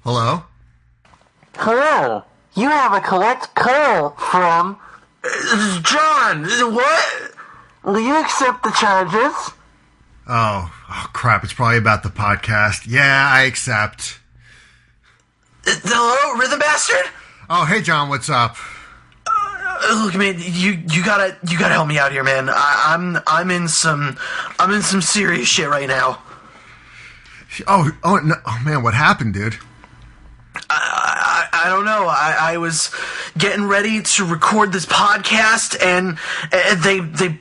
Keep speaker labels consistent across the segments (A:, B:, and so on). A: Hello?
B: Hello. You have a collect call from.
A: John! What?
B: Will you accept the charges?
A: Oh, oh, crap. It's probably about the podcast. Yeah, I accept.
C: Hello, Rhythm Bastard?
A: Oh, hey, John, what's up?
C: Uh, Look, man, you you gotta you gotta help me out here, man. I, I'm I'm in some I'm in some serious shit right now.
A: Oh, oh, no, oh man, what happened, dude?
C: I, I don't know. I, I was getting ready to record this podcast, and, and they they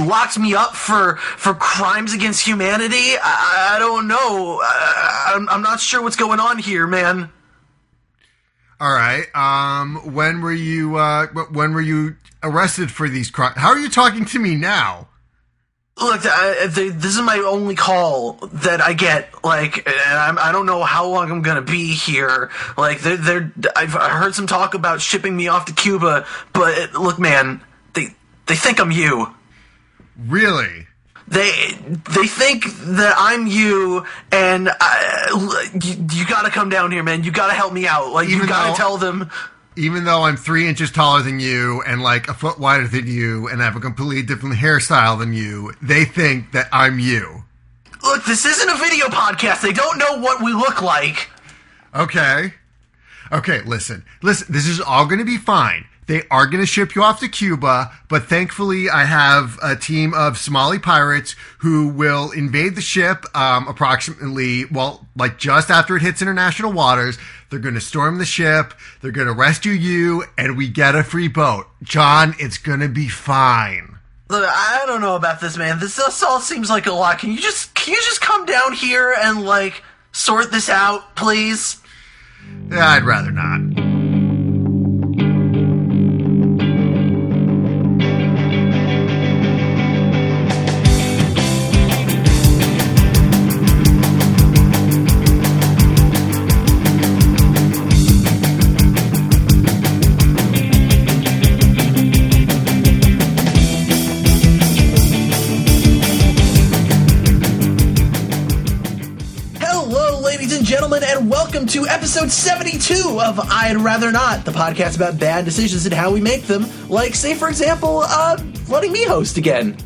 C: locked me up for for crimes against humanity. I, I don't know. I, I'm, I'm not sure what's going on here, man.
A: All right. Um, when were you? Uh, wh- when were you arrested for these crimes? How are you talking to me now?
C: Look, I, they, this is my only call that I get. Like, and I'm, I don't know how long I'm gonna be here. Like, they're, they're I've I heard some talk about shipping me off to Cuba, but it, look, man, they they think I'm you.
A: Really?
C: They they think that I'm you, and I, you, you gotta come down here, man. You gotta help me out. Like,
A: Even
C: you gotta
A: though-
C: tell them.
A: Even though I'm three inches taller than you and like a foot wider than you and have a completely different hairstyle than you, they think that I'm you.
C: Look, this isn't a video podcast. They don't know what we look like.
A: Okay. Okay, listen. Listen, this is all going to be fine. They are going to ship you off to Cuba, but thankfully, I have a team of Somali pirates who will invade the ship um, approximately, well, like just after it hits international waters. They're going to storm the ship, they're going to rescue you, and we get a free boat. John, it's going to be fine.
C: Look, I don't know about this, man. This, this all seems like a lot. Can you just can you just come down here and like sort this out, please?
A: Yeah, I'd rather not.
C: Hello, ladies and gentlemen, and welcome to episode 72 of I'd Rather Not, the podcast about bad decisions and how we make them. Like, say, for example, uh, letting me host again.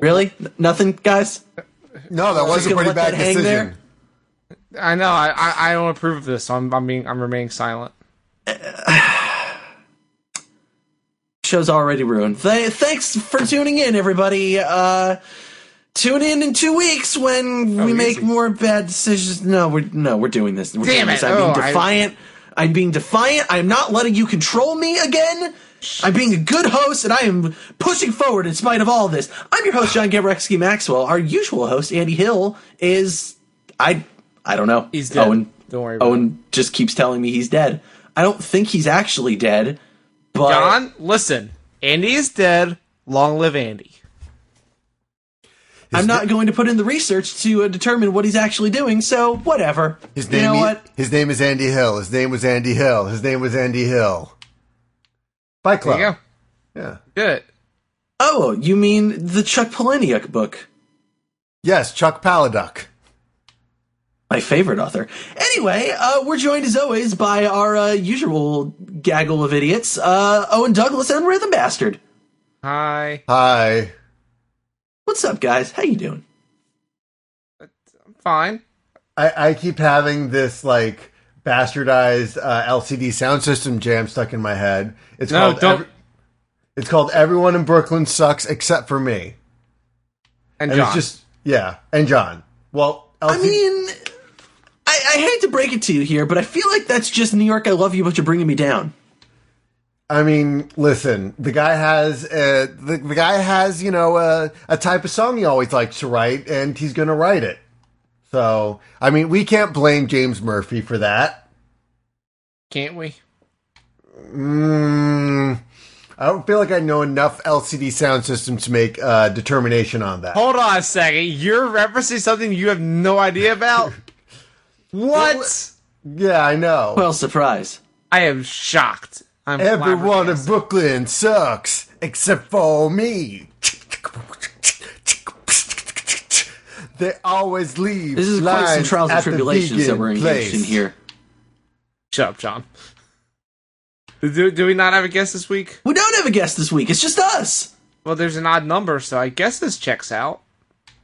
C: Really? N- nothing, guys?
D: No, that was
C: Just
D: a
C: gonna
D: pretty
C: let
D: bad
C: that hang
D: decision.
C: there?
E: I know. I, I, I don't approve of this. So I'm I'm being I'm remaining silent.
C: show's already ruined. Th- thanks for tuning in, everybody. Uh, tune in in two weeks when we make
E: Oh, easy.
C: more bad decisions. No, we're no, we're doing this. We're doing
E: Damn
C: this.
E: it.
C: I'm
E: Oh,
C: being
E: I-
C: defiant. I... am being defiant. I'm not letting you control me again. I'm being a good host, and I am pushing forward in spite of all this. I'm your host, John Gabrexky Maxwell. Our usual host, Andy Hill, is I I don't know.
E: He's dead.
C: Owen
E: Don't worry about
C: Owen just keeps telling me he's dead. I don't think he's actually dead, but
E: John, listen. Andy is dead. Long live Andy.
D: His
C: I'm
D: na-
C: not going to put in the research to uh, determine what he's actually doing, so whatever.
D: His
C: you
D: name.
C: know
D: i-
C: what?
D: His name is Andy Hill. His name was Andy Hill. His name was Andy Hill. Bye,
E: There
D: Club.
E: you go.
D: Yeah.
E: Do it.
C: Oh, you mean the Chuck Palahniuk book?
D: Yes, Chuck Palahniuk.
C: My favorite author. Anyway, uh, we're joined as always by our uh, usual gaggle of idiots, uh, Owen Douglas and Rhythm Bastard.
E: Hi.
D: Hi.
C: What's up, guys? How you doing?
E: I'm fine.
D: I, I keep having this like bastardized uh, LCD sound system jam stuck in my head. It's
E: No,
D: called
E: don't.
D: Every- it's called Everyone in Brooklyn Sucks Except for Me.
E: and,
D: And
E: John.
D: it's just yeah, and John. Well,
C: I mean, I, I hate to break it to you here, but I feel like that's just New York. I love you, but you're bringing me down.
D: I mean, listen, the guy has uh, the, the guy has you know a, a type of song he always likes to write, and he's going to write it. So, I mean, we can't blame James Murphy for that.
E: can't we?
D: Mm, I don't feel like I know enough LCD sound systems to make uh, determination on that.
E: Hold on a second. You're referencing something you have no idea about. what?
D: Yeah, I know.
C: Well, surprise.
E: I am shocked. I'm
D: Everyone in
E: flabbergasted.
D: Brooklyn sucks except for me.
A: They always leave.
C: This is quite some
A: lines
C: trials and
A: at the
C: tribulations that
A: vegan
C: we're engaged
A: place.
C: in here.
E: Shut up, John. Do, do we not have a guest this week?
C: We don't have a guest this week. It's just us.
E: Well, there's an odd number, so I guess this checks out.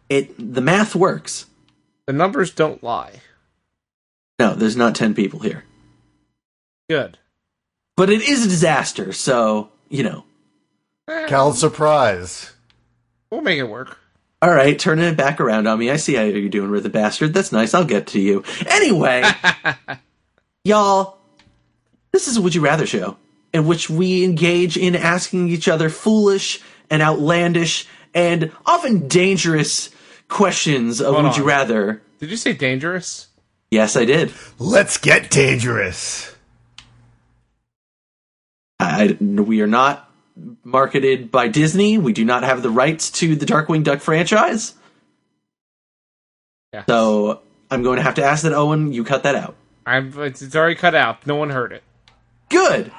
C: It the math works.
E: The numbers don't lie.
C: No, there's not ten people here,
E: Good.
C: but it is a disaster. So you know,
E: Eh,
A: Cal's surprise.
E: we'll make it work.
C: all right, turning it back around on me. I see how you're doing, with the bastard. That's nice. I'll get to you anyway, y'all. This is a Would You Rather show in which we engage in asking each other foolish and outlandish and often dangerous questions of
E: Hold
C: Would
E: on.
C: You Rather.
E: Did you say dangerous?
C: Yes, I did.
A: Let's get dangerous.
C: I, I- we are not marketed by Disney. We do not have the rights to the Darkwing Duck franchise.
E: Yeah.
C: So I'm going to have to ask that Owen, you cut that out.
E: I'm. It's, it's already cut out. No one heard it.
C: Good.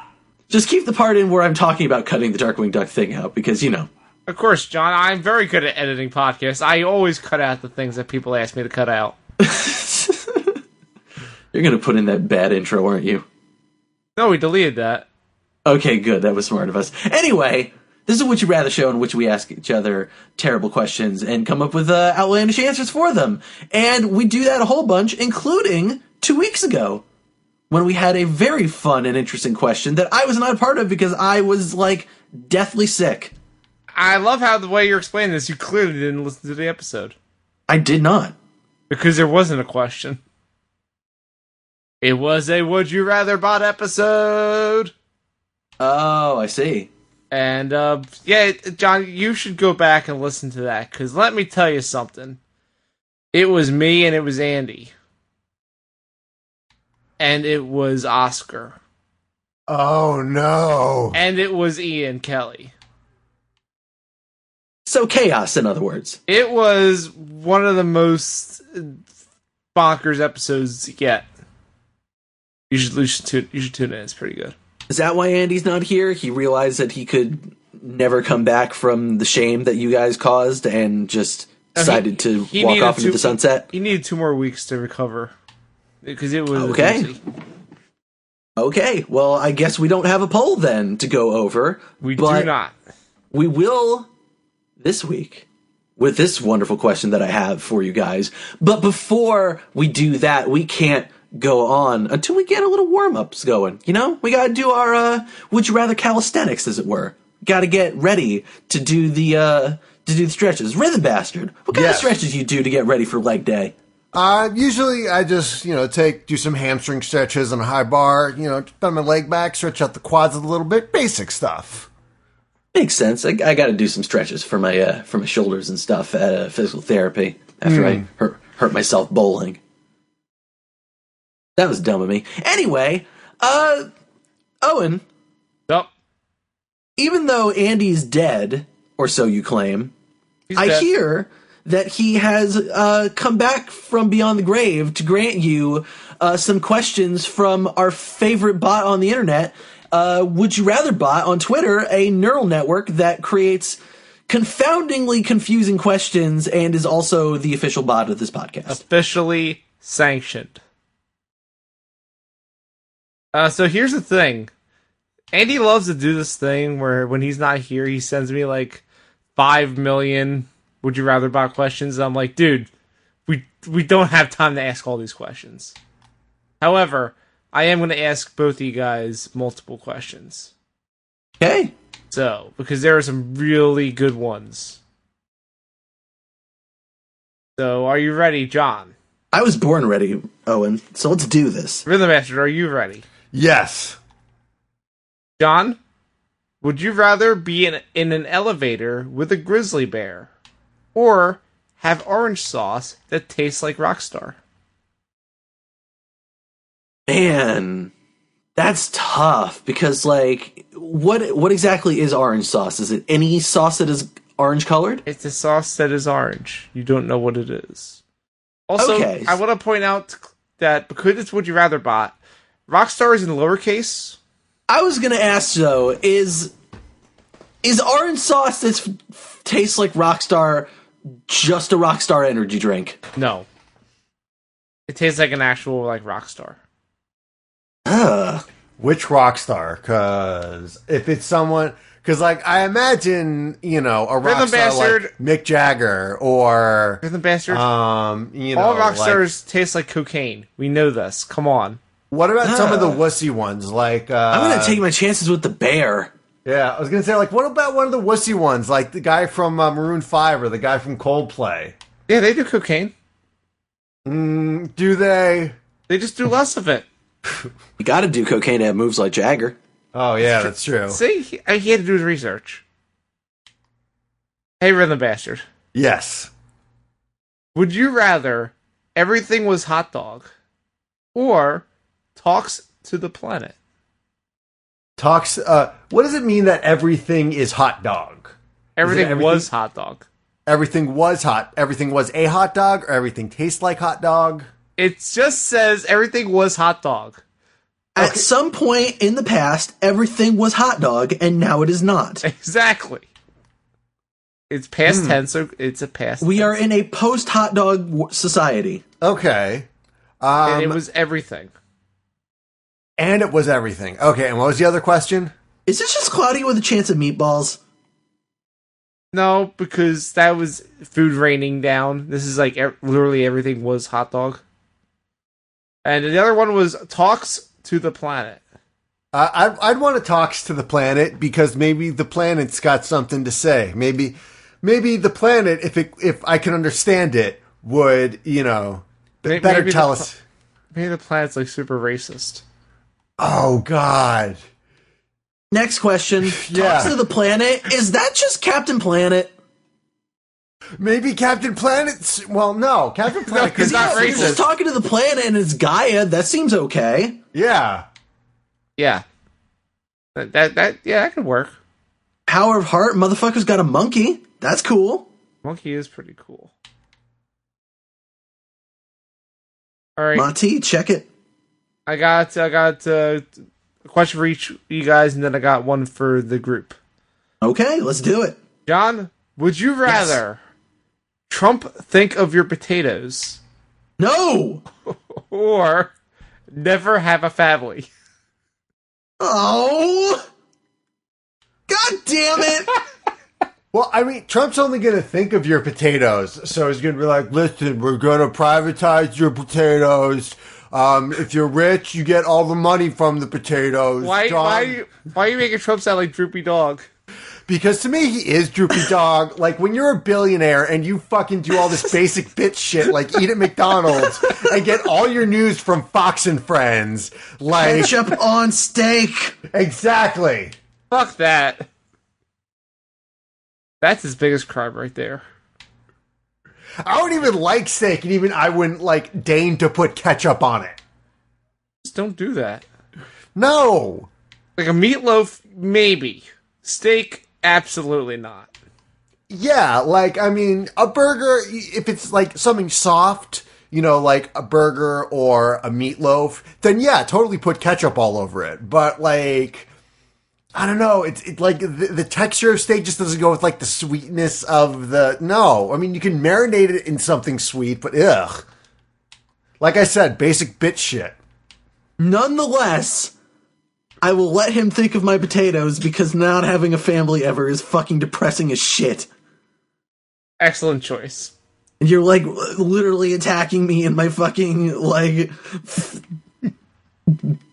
C: Just keep the part in where I'm talking about cutting the Darkwing Duck thing out because you know.
E: Of course, John. I'm very good at editing podcasts. I always cut out the things that people ask me to cut out.
C: You're going to put in that bad intro, aren't you?
E: No, we deleted that.
C: Okay, good. That was smart of us. Anyway, this is Would You Rather show in which we ask each other terrible questions and come up with uh, outlandish answers for them. And we do that a whole bunch, including two weeks ago when we had a very fun and interesting question that I was not a part of because I was like deathly sick.
E: I love how the way you're explaining this. You clearly didn't listen to the episode
C: I did not.
E: because there wasn't a question. It was a would you rather bot episode.
C: Oh, I see.
E: And uh, yeah, John, you should go back and listen to that because let me tell you something. It was me and it was Andy, and it was Oscar,
A: Oh no.
E: and it was Ian Kelly.
C: So, chaos, in other words.
E: It was one of the most bonkers episodes yet. You should you should tune, you should tune in. It's pretty good.
C: Is that why Andy's not here? He realized that he could never come back from the shame that you guys caused and just decided to
E: he
C: walk
E: needed
C: off into
E: to-
C: the sunset?
E: He needed two more weeks to recover because it was a
C: Okay.
E: doozy.
C: Okay, well, I guess we don't have a poll then to go over.
E: We
C: but
E: do not.
C: We will this week with this wonderful question that I have for you guys. But before we do that, we can't go on until we get a little warm ups going. You know, we gotta do our uh, would you rather calisthenics, as it were. Gotta get ready to do the uh, to do the stretches. Rhythm bastard, what kind
A: Yes.
C: of stretches you do to get ready for leg day?
A: Uh, usually I just, you know, take, do some hamstring stretches on a high bar, you know, just bend my leg back, stretch out the quads a little bit, basic stuff.
C: Makes sense. I, I got to do some stretches for my uh, for my shoulders and stuff at uh, physical therapy after I hurt, hurt myself bowling. That was dumb of me. Anyway, uh, Owen,
E: Nope.
C: even though Andy's dead, or so you claim,
E: He's
C: I
E: dead.
C: hear that he has uh, come back from beyond the grave to grant you uh, some questions from our favorite bot on the internet. Uh, would you rather bot on Twitter, a neural network that creates confoundingly confusing questions and is also the official bot of this podcast?
E: officially sanctioned. Uh, so here's the thing. Andy loves to do this thing where when he's not here, he sends me like five million would you rather bot questions. I'm like, dude, we we don't have time to ask all these questions. However, I am gonna ask both of you guys multiple questions.
C: Okay.
E: So, because there are some really good ones. So are you ready, John?
C: I was born ready, Owen, so let's do this.
E: Rhythm Master, are you ready?
A: Yes.
E: John, would you rather be in, in an elevator with a grizzly bear or have orange sauce that tastes like Rockstar?
C: Man, that's tough because like what what exactly is orange sauce? Is it any sauce that is orange colored?
E: It's a sauce that is orange. You don't know what it is. Also,
C: Okay.
E: I want to point out that because it's Would You Rather Bot, Rockstar is in lowercase.
C: I was going to ask though is is orange sauce that tastes like Rockstar just a Rockstar energy drink.
E: No. It tastes like an actual like rock star.
C: Ugh.
A: Which rock star? Because if it's someone, because like I imagine, you know, a rock
E: Rhythm
A: star
E: Bastard.
A: like Mick Jagger or
E: You're the bastard.
A: um, you know,
E: All
A: like-
E: rock stars taste like cocaine. We know this. Come on.
A: what about some of the
C: Ah.
A: wussy ones? Like uh,
C: I'm gonna take my chances with the bear.
A: Yeah, I was gonna say like, what about one of the wussy ones? Like the guy from uh, Maroon Five or the guy from Coldplay?
E: Yeah, they do cocaine.
A: Mm, do they?
E: They just do less of it.
C: You gotta do cocaine to have moves like Jagger.
A: Oh yeah, that's true.
E: See, he, uh, he had to do his research. Hey, rhythm bastard.
A: Yes.
E: Would you rather everything was hot dog, or talks to the planet?
A: Talks. Uh, what does it mean that everything is hot dog?
E: Everything,
A: everything?
E: was hot dog.
A: Everything was hot. Everything was a hot dog, or everything tastes like hot dog.
E: It just says everything was hot dog.
C: At some point in the past, everything was hot dog, and now it is not.
E: Exactly. It's
A: Hmm.
E: past tense, so it's a past.
C: We
E: tense.
C: are in a post hot dog w- society.
A: Okay. Um,
E: and it was everything.
A: and it was everything. Okay. And what was the other question?
C: Is this just Claudia with a chance of meatballs?
E: No, because that was food raining down. This is like ev- literally everything was hot dog. And the other one was talks to the planet.
A: Uh, I'd, I'd want to talks to the planet because maybe the planet's got something to say. Maybe, maybe the planet, if it, if I can understand it, would you know b-
E: May-
A: better
E: maybe
A: tell
E: the
A: us.
E: Maybe the planet's like super racist.
A: Oh God,
C: Next question.
A: Yeah.
C: Talks to the planet. Is that just Captain Planet?
A: maybe Captain Planet's. Well, no, Captain Planet.
E: he's
A: could-
E: not
C: He's just
E: racist.
C: talking to the planet and it's Gaia. That seems okay.
A: Yeah,
E: Yeah. That that, that yeah, that could work.
C: Power of Heart. Motherfucker's got a monkey. That's cool.
E: Monkey is pretty cool. All right.
C: Monty, check it.
E: I got I got uh, a question for each you guys, and then I got one for the group.
C: Okay, let's do it.
E: John, would you rather Trump think of your potatoes
C: No.
E: or never have a family?
C: Oh. God damn it.
A: Well, I mean, Trump's only going to think of your potatoes. So he's going to be like, listen, we're going to privatize your potatoes. Um, if you're rich, you get all the money from the potatoes.
E: Why
A: John."
E: why why are you making Trump sound like droopy dog?
A: Because to me, he is droopy dog. like, when you're a billionaire and you fucking do all this basic bitch shit, like eat at McDonald's and get all your news from Fox and Friends. Like,
C: Ketchup on steak.
A: exactly.
E: Fuck that. That's his biggest crime right there.
A: I don't even like steak, and even I wouldn't, like, deign to put ketchup on it.
E: Just don't do that.
A: No.
E: Like a meatloaf, maybe. Steak, absolutely not.
A: Yeah, like I mean, a burger if it's like something soft, you know, like a burger or a meatloaf, then yeah, totally put ketchup all over it. But like I don't know, it's it, like the, the texture of steak just doesn't go with like the sweetness of the no. I mean, you can marinate it in something sweet, but ugh. Like I said, basic bitch shit.
C: Nonetheless, I will let him think of my potatoes because not having a family ever is fucking depressing as shit.
E: Excellent choice.
C: And you're like literally attacking me in my fucking like f-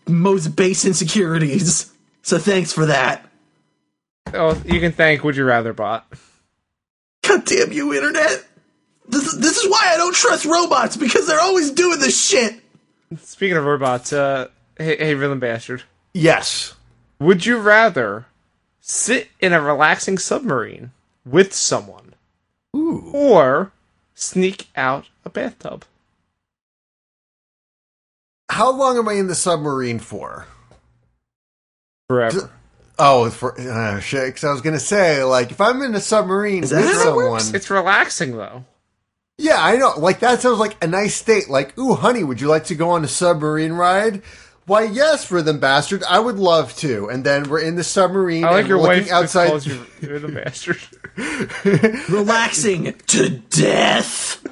C: most base insecurities. So thanks for that.
E: Oh, you can thank Would You Rather Bot.
C: God damn you, internet! This this is why I don't trust robots because they're always doing this shit.
E: Speaking of robots, uh, hey, hey, Villain Bastard.
A: Yes.
E: Would you rather sit in a relaxing submarine with someone or sneak out a bathtub?
A: How long am I in the submarine for?
E: Forever.
A: Oh, for uh, shit! Because I was gonna say, like, if I'm in a submarine
C: that
A: with
C: how it
A: someone,
E: It's relaxing, though.
A: yeah, I know. Like that sounds like a nice state. Like, ooh, honey, would you like to go on a submarine ride? Why, yes, rhythm bastard. I would love to. And then we're in the submarine.
E: I like
A: and
E: your
A: looking
E: wife
A: outside.
E: outside. calls you you're the bastard.
C: Relaxing to death.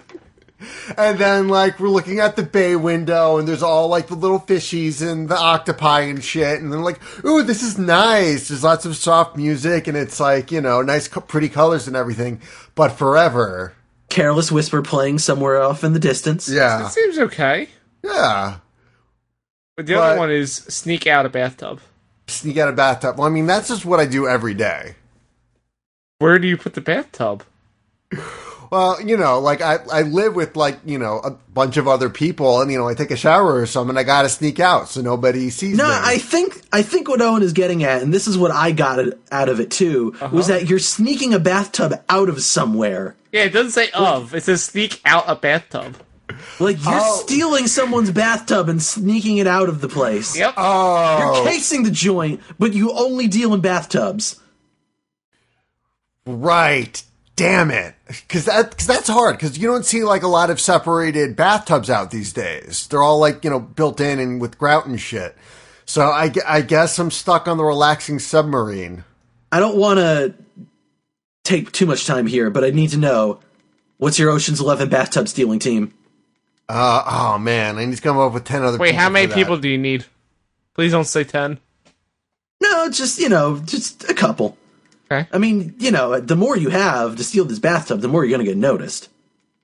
A: And then, like, we're looking at the bay window, and there's all, like, the little fishies and the octopi and shit. And they're like, ooh, this is nice. There's lots of soft music, and it's, like, you know, nice, co- pretty colors and everything. But forever.
C: Careless whisper playing somewhere off in the distance.
A: Yeah.
E: That seems okay.
A: Yeah.
E: But the other
A: But-
E: one is sneak out a bathtub.
A: Sneak out of bathtub. Well, I mean, that's just what I do every day.
E: Where do you put the bathtub?
A: Well, you know, like I, I live with like, you know, a bunch of other people and, you know, I take a shower or something. I got to sneak out so nobody sees
C: No,
A: me.
C: I think I think what Owen is getting at, and this is what I got it- out of it too, was that you're sneaking a bathtub out of somewhere.
E: Yeah, it doesn't say of. It says sneak out a bathtub.
C: Like you're
A: Oh.
C: stealing someone's bathtub and sneaking it out of the place.
E: Yep.
A: Oh,
C: You're casing the joint, but you only deal in bathtubs.
A: Right. Damn it. Cause that, cause that's hard. Cause you don't see like a lot of separated bathtubs out these days. They're all like, you know, built in and with grout and shit. So I, gu- I guess I'm stuck on the relaxing submarine.
C: I don't want to take too much time here, but I need to know what's your Ocean's Eleven bathtub stealing team?
A: Uh, oh man, I need to come up with 10 other
E: Wait, how
A: for
E: many
A: that.
E: people do you need? Please don't say ten.
C: No, just you know, just a couple.
E: Okay.
C: I mean, you know, the more you have to steal this bathtub, the more you're going to get noticed.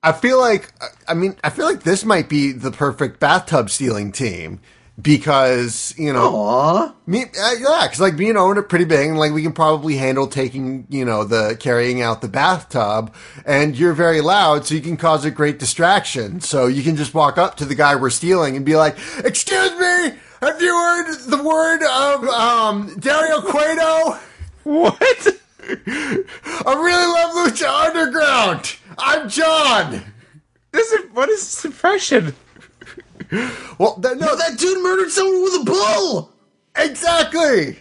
A: I feel like I mean I feel like this might be the perfect bathtub stealing team because you
C: Oh.
A: know
C: Aw.
A: me uh, yeah because like me and Owen are pretty big and like we can probably handle taking you know the carrying out the bathtub and you're very loud so you can cause a great distraction so you can just walk up to the guy we're stealing and be like excuse me have you heard the word of um, Dario Cueto
E: What?
A: I really love Lucha Underground I'm John
E: This is what is this impression?
A: well th- no
C: Oh, that dude murdered someone with a bull!
A: Exactly.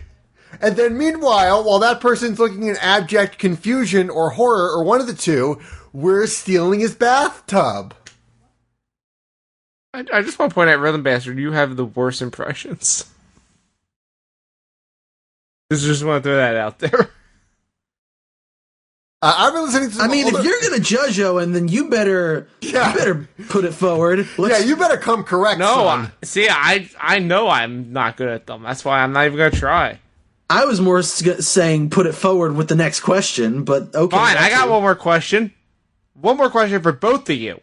A: And then, meanwhile, while that person's looking in abject confusion or horror or one of the two, we're stealing his bathtub.
E: I, I just want to point out, Rhythm Bastard, you have the worst impressions. Just just want to throw that out there.
A: Uh, I've been listening to.
C: I mean,
A: all
C: if
A: the-
C: you're going to judge Owen, then you better
A: Yeah.
C: you better put it forward.
A: yeah,
C: Let's-
A: you better come correct.
E: No,
A: son.
E: I, see, I I know I'm not good at them. That's why I'm not even gonna try.
C: I was more s- saying put it forward with the next question, but okay.
E: Fine, I
C: that's
E: got
C: it.
E: one more question. One more question for both of you.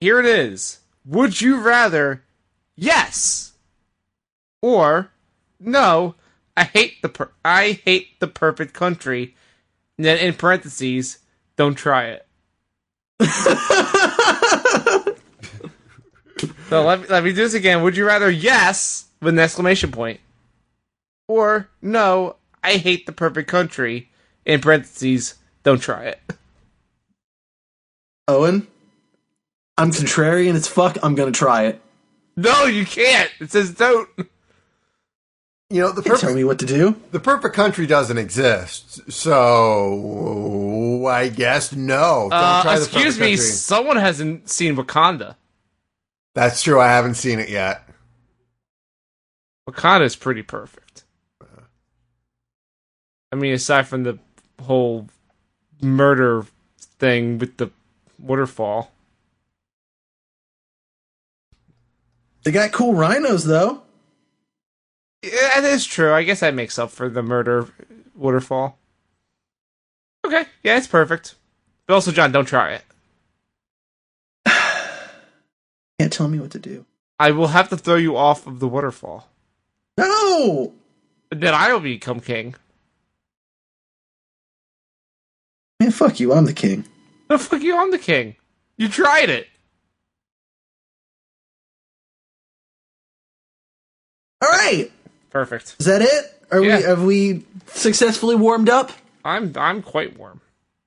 E: Here it is. Would you rather yes or no? I hate the per- I hate the perfect country. And then in parentheses, don't try it. so let me, let me do this again. Would you rather yes with an exclamation point or no? I hate the perfect country in parentheses, don't try it.
C: Owen, I'm contrarian as fuck. I'm going to try it.
E: No, you can't. It says don't.
A: you know the
C: You tell
A: perfect
C: me what to do.
A: the perfect country doesn't exist, so I guess no. Don't
E: Uh,
A: try the
E: excuse
A: perfect
E: me,
A: country.
E: someone hasn't seen Wakanda.
A: That's true. I haven't seen it yet.
E: Wakanda is pretty perfect. I mean, aside from the whole murder thing with the waterfall.
C: They got cool rhinos, though.
E: Yeah, that is true. I guess that makes up for the murder waterfall. Okay, yeah, it's perfect. But also, John, don't try it.
C: Can't tell me what to do.
E: I will have to throw you off of the waterfall.
C: No!
E: Then I will become king.
C: Man, fuck you. I'm the king.
E: The fuck you on the king? You tried it.
C: All right.
E: Perfect.
C: Is that it? Are
E: Yeah.
C: we have we successfully warmed up?
E: I'm I'm quite warm.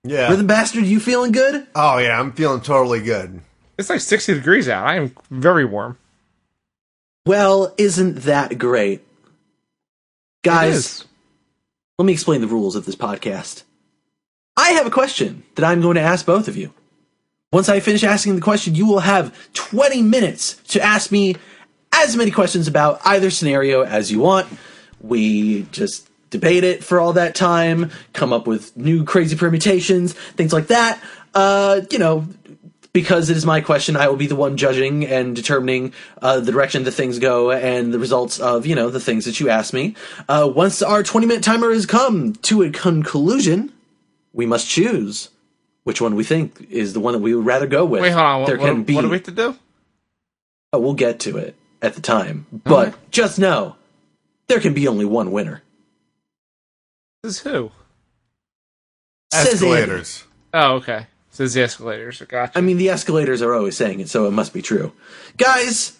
A: Yeah.
C: Rhythm bastard, you feeling good?
A: oh yeah, I'm feeling totally good.
E: It's like 60 degrees out. I am very warm.
C: Well, isn't that great?
E: It
C: Guys,
E: is.
C: let me explain the rules of this podcast. I have a question that I'm going to ask both of you. Once I finish asking the question, you will have 20 minutes to ask me as many questions about either scenario as you want. We just debate it for all that time, come up with new crazy permutations, things like that. Uh, you know, because it is my question, I will be the one judging and determining uh, the direction that things go and the results of you know the things that you ask me. Uh, once our twenty minute timer has come to a conclusion, we must choose which one we think is the one that we would rather go with.
E: Wait, hold on. What,
C: there
E: what,
C: can be.
E: what do we have to do?
C: Uh, we'll get to it at the time, but just know there can be only one winner.
E: This is who?
C: Says Andy.
A: Escalators.
E: Oh, okay. So it's the escalators. Gotcha.
C: I mean, the escalators are always saying it, so it must be true. Guys,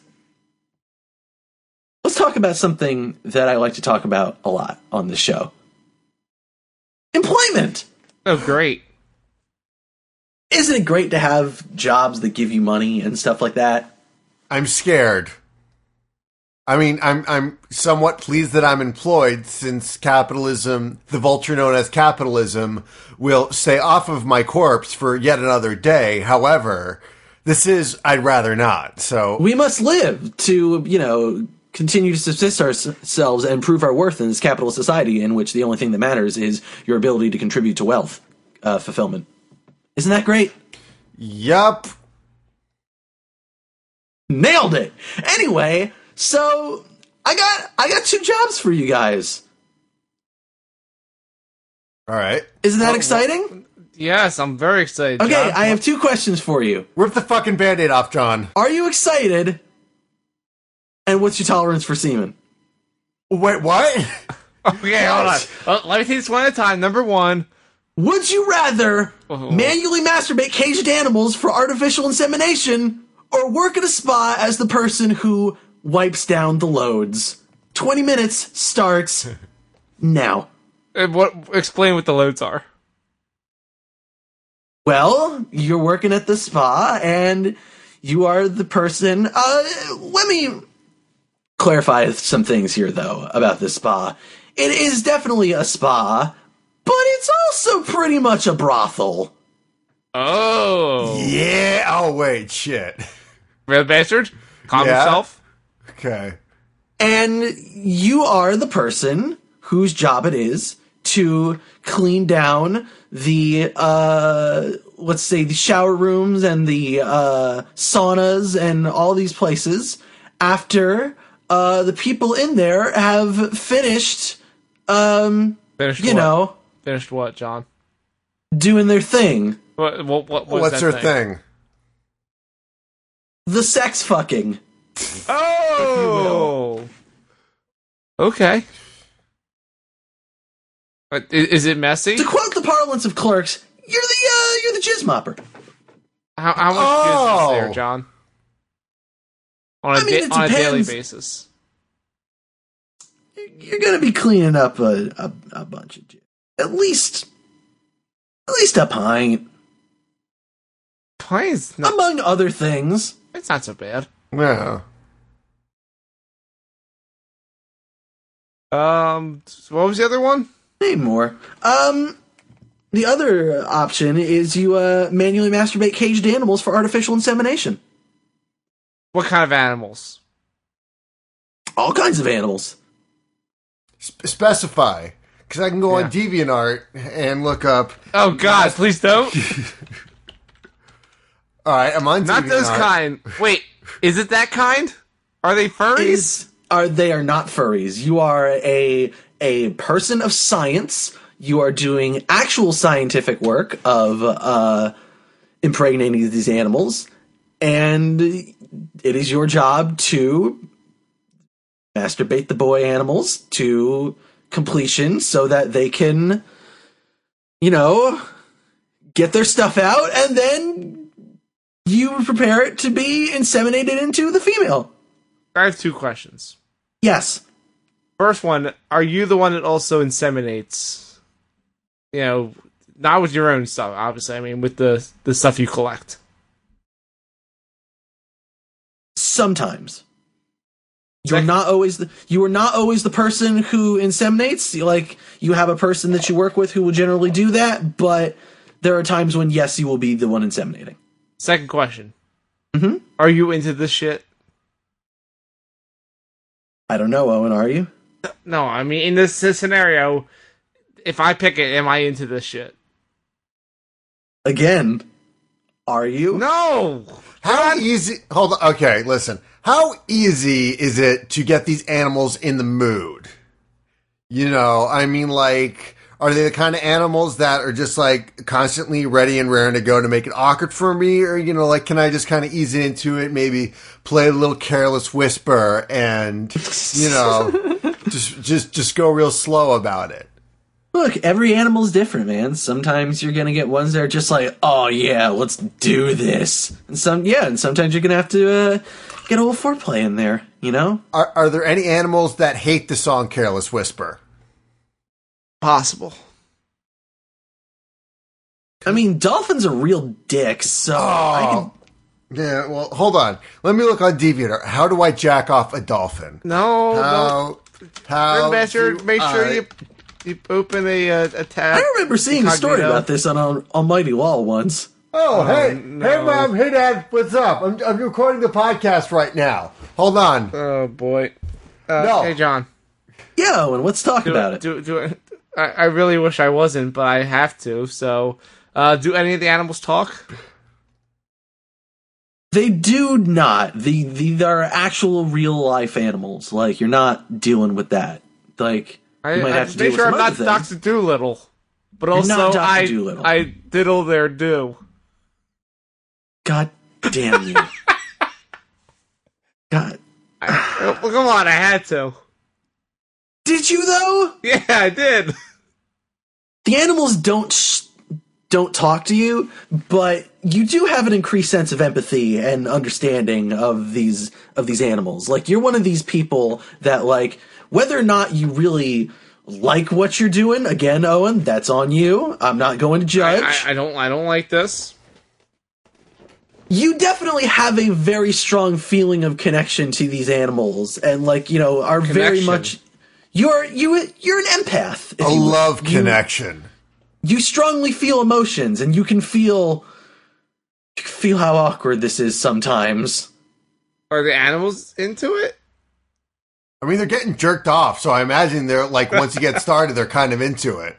C: let's talk about something that I like to talk about a lot on this show employment.
E: Oh, great.
C: Isn't it great to have jobs that give you money and stuff like that?
A: I'm scared. I mean, I'm I'm somewhat pleased that I'm employed since capitalism, the vulture known as capitalism, will stay off of my corpse for yet another day. However, this is I'd rather not. So
C: We must live to, you know, continue to subsist ourselves and prove our worth in this capitalist society in which the only thing that matters is your ability to contribute to wealth uh, fulfillment. Isn't that great?
A: yup.
C: Nailed it. Anyway, so I got I got two jobs for you guys.
A: All right.
C: Isn't that exciting?
E: Yes, I'm very excited.
C: Okay,
E: John.
C: I have two questions for you.
A: Rip the fucking band-aid off, John.
C: Are you excited? And what's your tolerance for semen?
A: Wait, what?
E: Okay, hold on. Well, let me take this one at a time. Number one.
C: Would you rather manually masturbate caged animals for artificial insemination or work at a spa as the person who wipes down the loads? 20 minutes starts now.
E: Uh, What? Explain what the loads are.
C: Well, you're working at the spa and you are the person. Uh, let me clarify some things here, though, about this spa. It is definitely a spa, but it's also pretty much a brothel.
E: Oh,
A: yeah. Oh wait, shit.
E: real bastard. Calm
A: Yeah.
E: yourself.
A: Okay.
C: and you are the person whose job it is to clean down the uh let's say the shower rooms and the uh saunas and all these places after uh the people in there have finished um
E: Finished.
C: you
E: what?
C: know
E: Finished what, John?
C: doing their thing
E: What? What? what was
A: What's
E: that
A: her thing?
C: the sex fucking
E: Oh. Okay. But i- is, it messy?
C: to quote the parlance of clerks you're the uh you're the jizz mopper
E: How, how much
A: Oh.
E: is there, John? On a
C: I mean,
E: da-
C: it
E: on a daily
C: depends.
E: basis.
C: you're gonna be cleaning up a, a, a bunch of jizz. At least, at least a pint,
E: Planes? No,
C: among other things.
E: it's not so bad.
A: No.
E: Um, what was the other one?
C: Name more. Um, the other option is you uh, manually masturbate caged animals for artificial insemination.
E: What kind of animals?
C: All kinds of animals.
A: Sp- specify, because I can go on
E: Yeah.
A: DeviantArt and look up.
E: Oh God! Please don't.
A: All right, I'm on
E: Not those
A: DeviantArt.
E: kind. Wait, is it that kind? Are they furries?
C: Is are they are not furries. You are a a person of science. You are doing actual scientific work of uh, impregnating these animals, and it is your job to masturbate the boy animals to completion so that they can, you know, get their stuff out, and then you prepare it to be inseminated into the female.
E: I have two questions.
C: Yes.
E: First one: Are you the one that also inseminates? You know, not with your own stuff, obviously. I mean, with the the stuff you collect.
C: sometimes you're
E: Second-
C: not always the, you are not always the person who inseminates You- like you have a person that you work with who will generally do that but there are times when yes you will be the one inseminating
E: Second question:
C: Mhm.
E: Are you into this shit?
C: I don't know, Owen. Are you?
E: No, I mean in this, this scenario, if I pick it, am I into this shit?
C: Again, are you?
E: No.
A: How easy? Hold on. Okay, listen. How easy is it to get these animals in the mood? You know, I mean, like, are they the kind of animals that are just like constantly ready and raring to go to make it awkward for me, or you know, like, can I just kind of ease into it? Maybe play a little careless whisper, and you know, just just just go real slow about it.
C: Look, every animal's different, man. Sometimes you're gonna get ones that are just like, "Oh yeah, let's do this," and some yeah, and sometimes you're gonna have to uh, get a little foreplay in there. You know?
A: Are, are there any animals that hate the song "Careless Whisper"?
E: Possible.
C: I mean, dolphins are real dicks, so I
E: Oh.
C: can
A: Yeah, well, hold on. Let me look on DeviantArt. How do I jack off a dolphin?
E: No. no.
A: How? How?
E: Then measure,
A: do
E: make sure
A: I-
E: you you open a uh, a tab.
C: I remember seeing a story
E: Incognito.
C: about this on Al- Almighty Law once.
A: Oh, hey,
E: no.
A: hey, mom, hey, dad, what's up? I'm, I'm recording the podcast right now. Hold on.
E: Oh boy. Uh,
A: No.
E: Hey John.
C: Yo, and let's talk
E: Do
C: about it.
E: Do, do, I, I really wish I wasn't, but I have to. So, uh, do any of the animals talk?
C: They do not. The, the there are actual real life animals. Like you're not dealing with that. Like
E: I,
C: you might
E: I
C: have
E: just
C: to deal
E: make sure
C: with
E: I'm not
C: some other
E: Doctor
C: things.
E: Doolittle, but
C: You're not
E: also
C: Dr.
E: I
C: Dolittle.
E: I diddle their do.
C: God damn you! God,
E: Oh, well, come on, I had to.
C: did you though?
E: Yeah, I did.
C: The animals don't sh- don't talk to you, but you do have an increased sense of empathy and understanding of these of these animals. Like you're one of these people that like whether or not you really like what you're doing. Again, Owen, that's on you. I'm not going to judge.
E: I, I don't I don't like this.
C: you definitely have a very strong feeling of connection to these animals and like, you know, are very
E: Connection.
C: much you're you you're an empath. if
A: A
C: you will.
A: love connection.
C: you strongly feel emotions and you can feel you can feel how awkward this is sometimes.
E: Are the animals into it?
A: I mean, they're getting jerked off, so I imagine they're like, once you get started, they're kind of into it.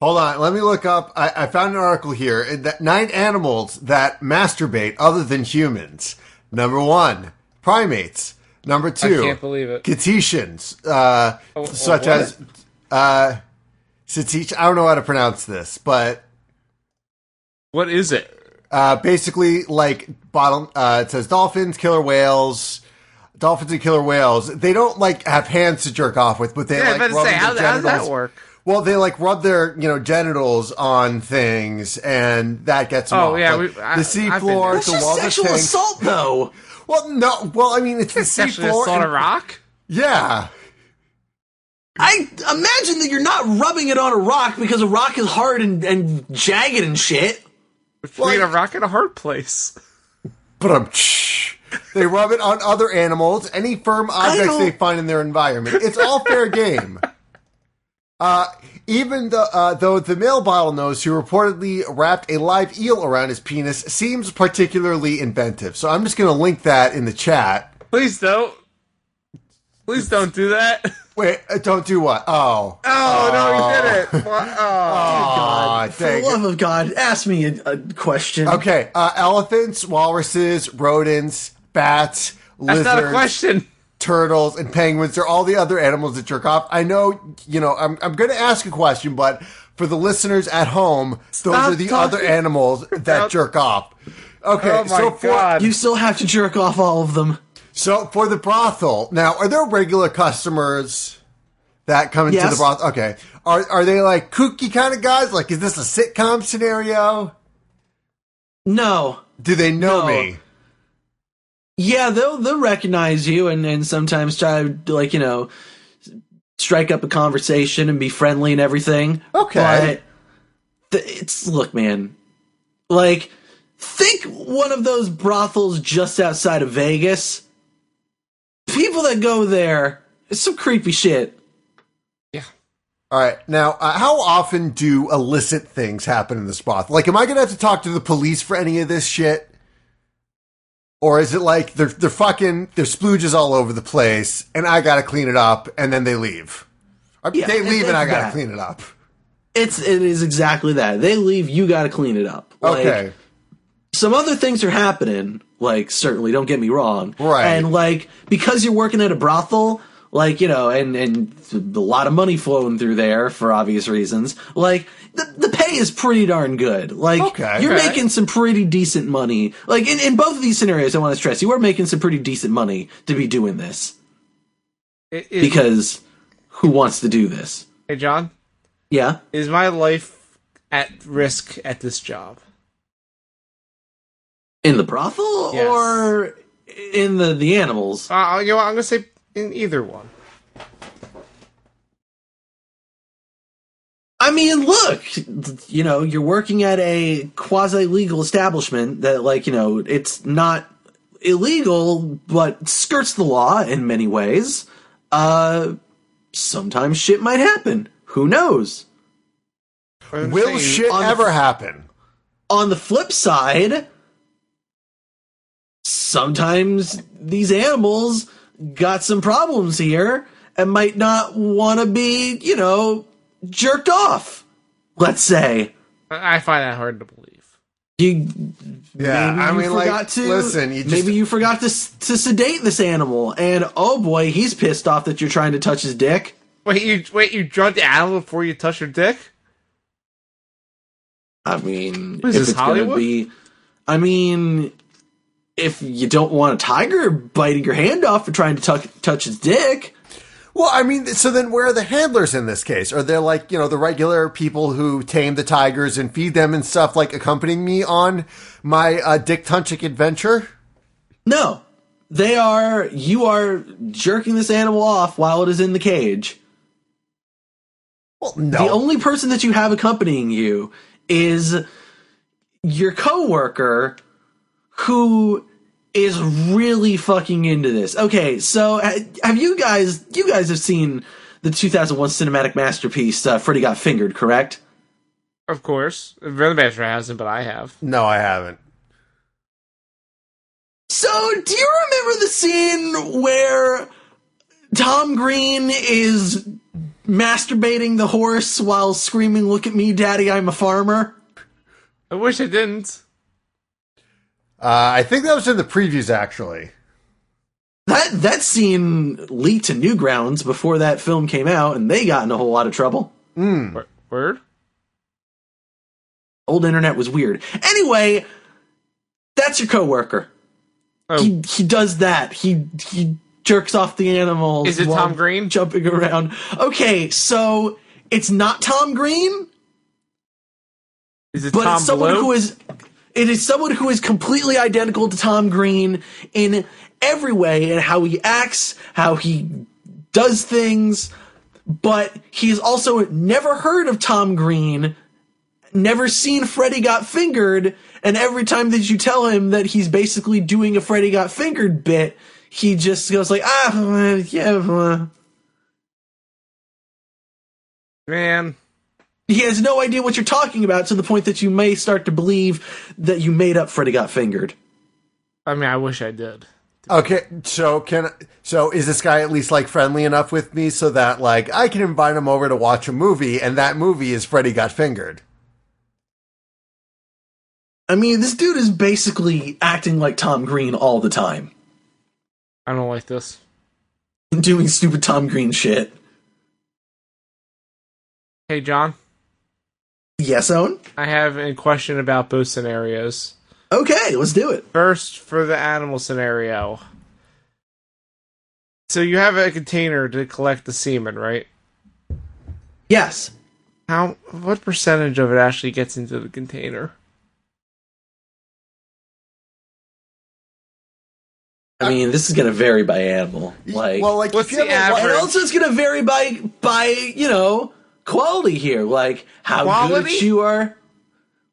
A: Hold on, let me look up. I, I found an article here uh, that nine animals that masturbate other than humans. Number one, primates. Number two,
E: I can't believe it.
A: Cetaceans, uh,
E: Oh, oh,
A: such
E: what?
A: as uh, Cetec- I don't know how to pronounce this, but
E: What is it?
A: uh, basically, like bottom, uh, it says dolphins, killer whales, dolphins and killer whales. They don't like have hands to jerk off with, but they
E: Yeah, I
A: like
E: was
A: rub
E: about to say,
A: their
E: how, how does that
A: genitals-
E: work?
A: Well, they like rub their you know genitals on things, and that gets them
E: Oh,
A: off.
E: yeah,
A: Like,
E: we- I-
A: the
E: I've been there.
A: seafloor,
C: That's
A: the
C: just
A: wall, the
C: sexual
A: tank.
C: assault, though.
A: Well, no, well, I mean, it's the
E: Sexually
A: seafloor.
E: assault a
A: and-
E: rock?
A: Yeah.
C: I imagine that you're not rubbing it on a rock because a rock is hard and, and jagged and shit.
E: Between a rock and a hard place.
A: Brumch. They rub it on other animals, any firm objects
C: don't-
A: they find in their environment. It's all fair game. Uh, even the, uh, though the male bottlenose who reportedly wrapped a live eel around his penis seems particularly inventive. So I'm just going to link that in the chat.
E: Please don't. Please don't do that.
A: Wait, uh, don't do what? Oh. Oh,
E: Oh, no, he did it. Wha- Oh.
C: For the
A: dang it.
C: love of God, ask me a, a question.
A: Okay, uh, elephants, walruses, rodents, bats,
E: That's
A: lizards.
E: not a question.
A: turtles and penguins they're all the other animals that jerk off i know you know i'm, I'm going to ask a question but for the listeners at home those are the
E: talking
A: other animals that
E: about-
A: jerk off okay
E: Oh, my
A: so for
E: God.
C: You still have to jerk off all of them.
A: so for the brothel now are there regular customers that come into
C: Yes.
A: the brothel okay are, are they like kooky kind of guys like is this a sitcom scenario
C: No.
A: do they know
C: No.
A: me
C: Yeah, they'll they'll recognize you and and sometimes try to like you know strike up a conversation and be friendly and everything.
A: Okay.
C: But th- it's look, man. Like think one of those brothels just outside of Vegas. People that go there, it's some creepy shit.
A: all right now uh, how often do illicit things happen in this brothel like am i going to have to talk to the police for any of this shit Or is it like they're they're fucking they're splooges all over the place and I gotta clean it up and then they leave. Or
C: Yeah,
A: they
C: it-
A: leave and I
C: it's
A: gotta
C: that.
A: clean it up.
C: It's it is exactly that. They leave, you got to clean it up. Like,
A: Okay.
C: some other things are happening, like certainly, don't get me wrong.
A: Right.
C: And like because you're working at a brothel, like, you know, and and a lot of money flowing through there for obvious reasons, like the, the pay is pretty darn good. Like
A: Okay.
C: you're
E: Okay.
C: making some pretty decent money. Like in, in both of these scenarios, I want to stress you are making some pretty decent money to be doing this.
E: It, it,
C: Because who wants to do this?
E: hey, John,
C: Yeah.
E: is my life at risk at this job?
C: In the brothel
E: Yes.
C: or in the the animals?
E: Uh, you know, what, I'm gonna say in either one.
C: I mean, look, you know, you're working at a quasi legal establishment that, like, you know, it's not illegal, but skirts the law in many ways. Uh, sometimes shit might happen. Who knows?
E: I'm
A: Will
E: saying-
A: shit
C: on the-
A: ever happen?
C: On the flip side, sometimes these animals got some problems here and might not want to be, you know, jerked off, let's say.
E: I I find that hard to believe.
C: You,
A: Yeah,
C: maybe
A: I
C: you
A: mean, like,
C: forgot to
A: listen, you just-
C: maybe you forgot to s- to sedate this animal, and oh boy, he's pissed off that you're trying to touch his dick.
E: Wait, you wait, you drug the animal before you touch your dick?
C: I mean,
E: What is
C: if
E: this,
C: it's going to
E: Hollywood?
C: be, I mean, if you don't want a tiger biting your hand off for trying to tuck, touch his dick,
A: Well, I mean, so then where are the handlers in this case? Are they like, you know, the regular people who tame the tigers and feed them and stuff, like accompanying me on my uh, Dick Tunchik adventure?
C: no, they are. You are jerking this animal off while it is in the cage.
A: Well,
C: The
A: no.
C: only person that you have accompanying you is your coworker who is really fucking into this. Okay, so ha- have you guys you guys have seen the 2001 cinematic masterpiece uh, Freddy Got Fingered, correct?
E: Of course, Venom Bastard hasn't, but I have.
A: no, I haven't.
C: So, do you remember the scene where Tom Green is masturbating the horse while screaming look at me daddy I'm a farmer?
E: I wish I didn't.
A: Uh, I think that was in the previews, actually.
C: That that scene leaked to Newgrounds before that film came out, and they got in a whole lot of trouble.
E: Wor- Word.
C: Old internet was weird. Anyway, that's your coworker.
E: Oh.
C: He he does that. He he jerks off the animal.
E: Is it
C: while
E: Tom Green?
C: jumping around? Okay, so it's not Tom Green,
E: Is it
C: but
E: Tom
C: it's someone
E: Blue?
C: who is it is someone who is completely identical to Tom Green in every way and how he acts, how he does things, but he's also never heard of Tom Green, never seen Freddy Got Fingered, and every time that you tell him that he's basically doing a Freddy Got Fingered bit, he just goes like, ah, uh, yeah. uh."
E: Man,
C: He has no idea what you're talking about to the point that you may start to believe that you made up Freddy Got Fingered.
E: I mean, I wish I did.
A: Okay, so can so is this guy at least like friendly enough with me so that like I can invite him over to watch a movie, and that movie is Freddy Got Fingered.
C: I mean, this dude is basically acting like Tom Green all the time,
E: I don't like this.
C: doing stupid Tom Green shit.
E: Hey, John,
C: Yes, Owen?
E: I have a question about both scenarios.
C: Okay, let's do it.
E: First, for the animal scenario. So you have a container to collect the semen, right?
C: Yes.
E: How? What percentage of it actually gets into the container?
C: I mean, this is gonna vary by animal. Like,
A: well, like if
E: what's
A: you
E: the
A: have a-
E: average?
C: and also it's gonna vary by by you know quality here, like how
E: Quality?
C: good you are.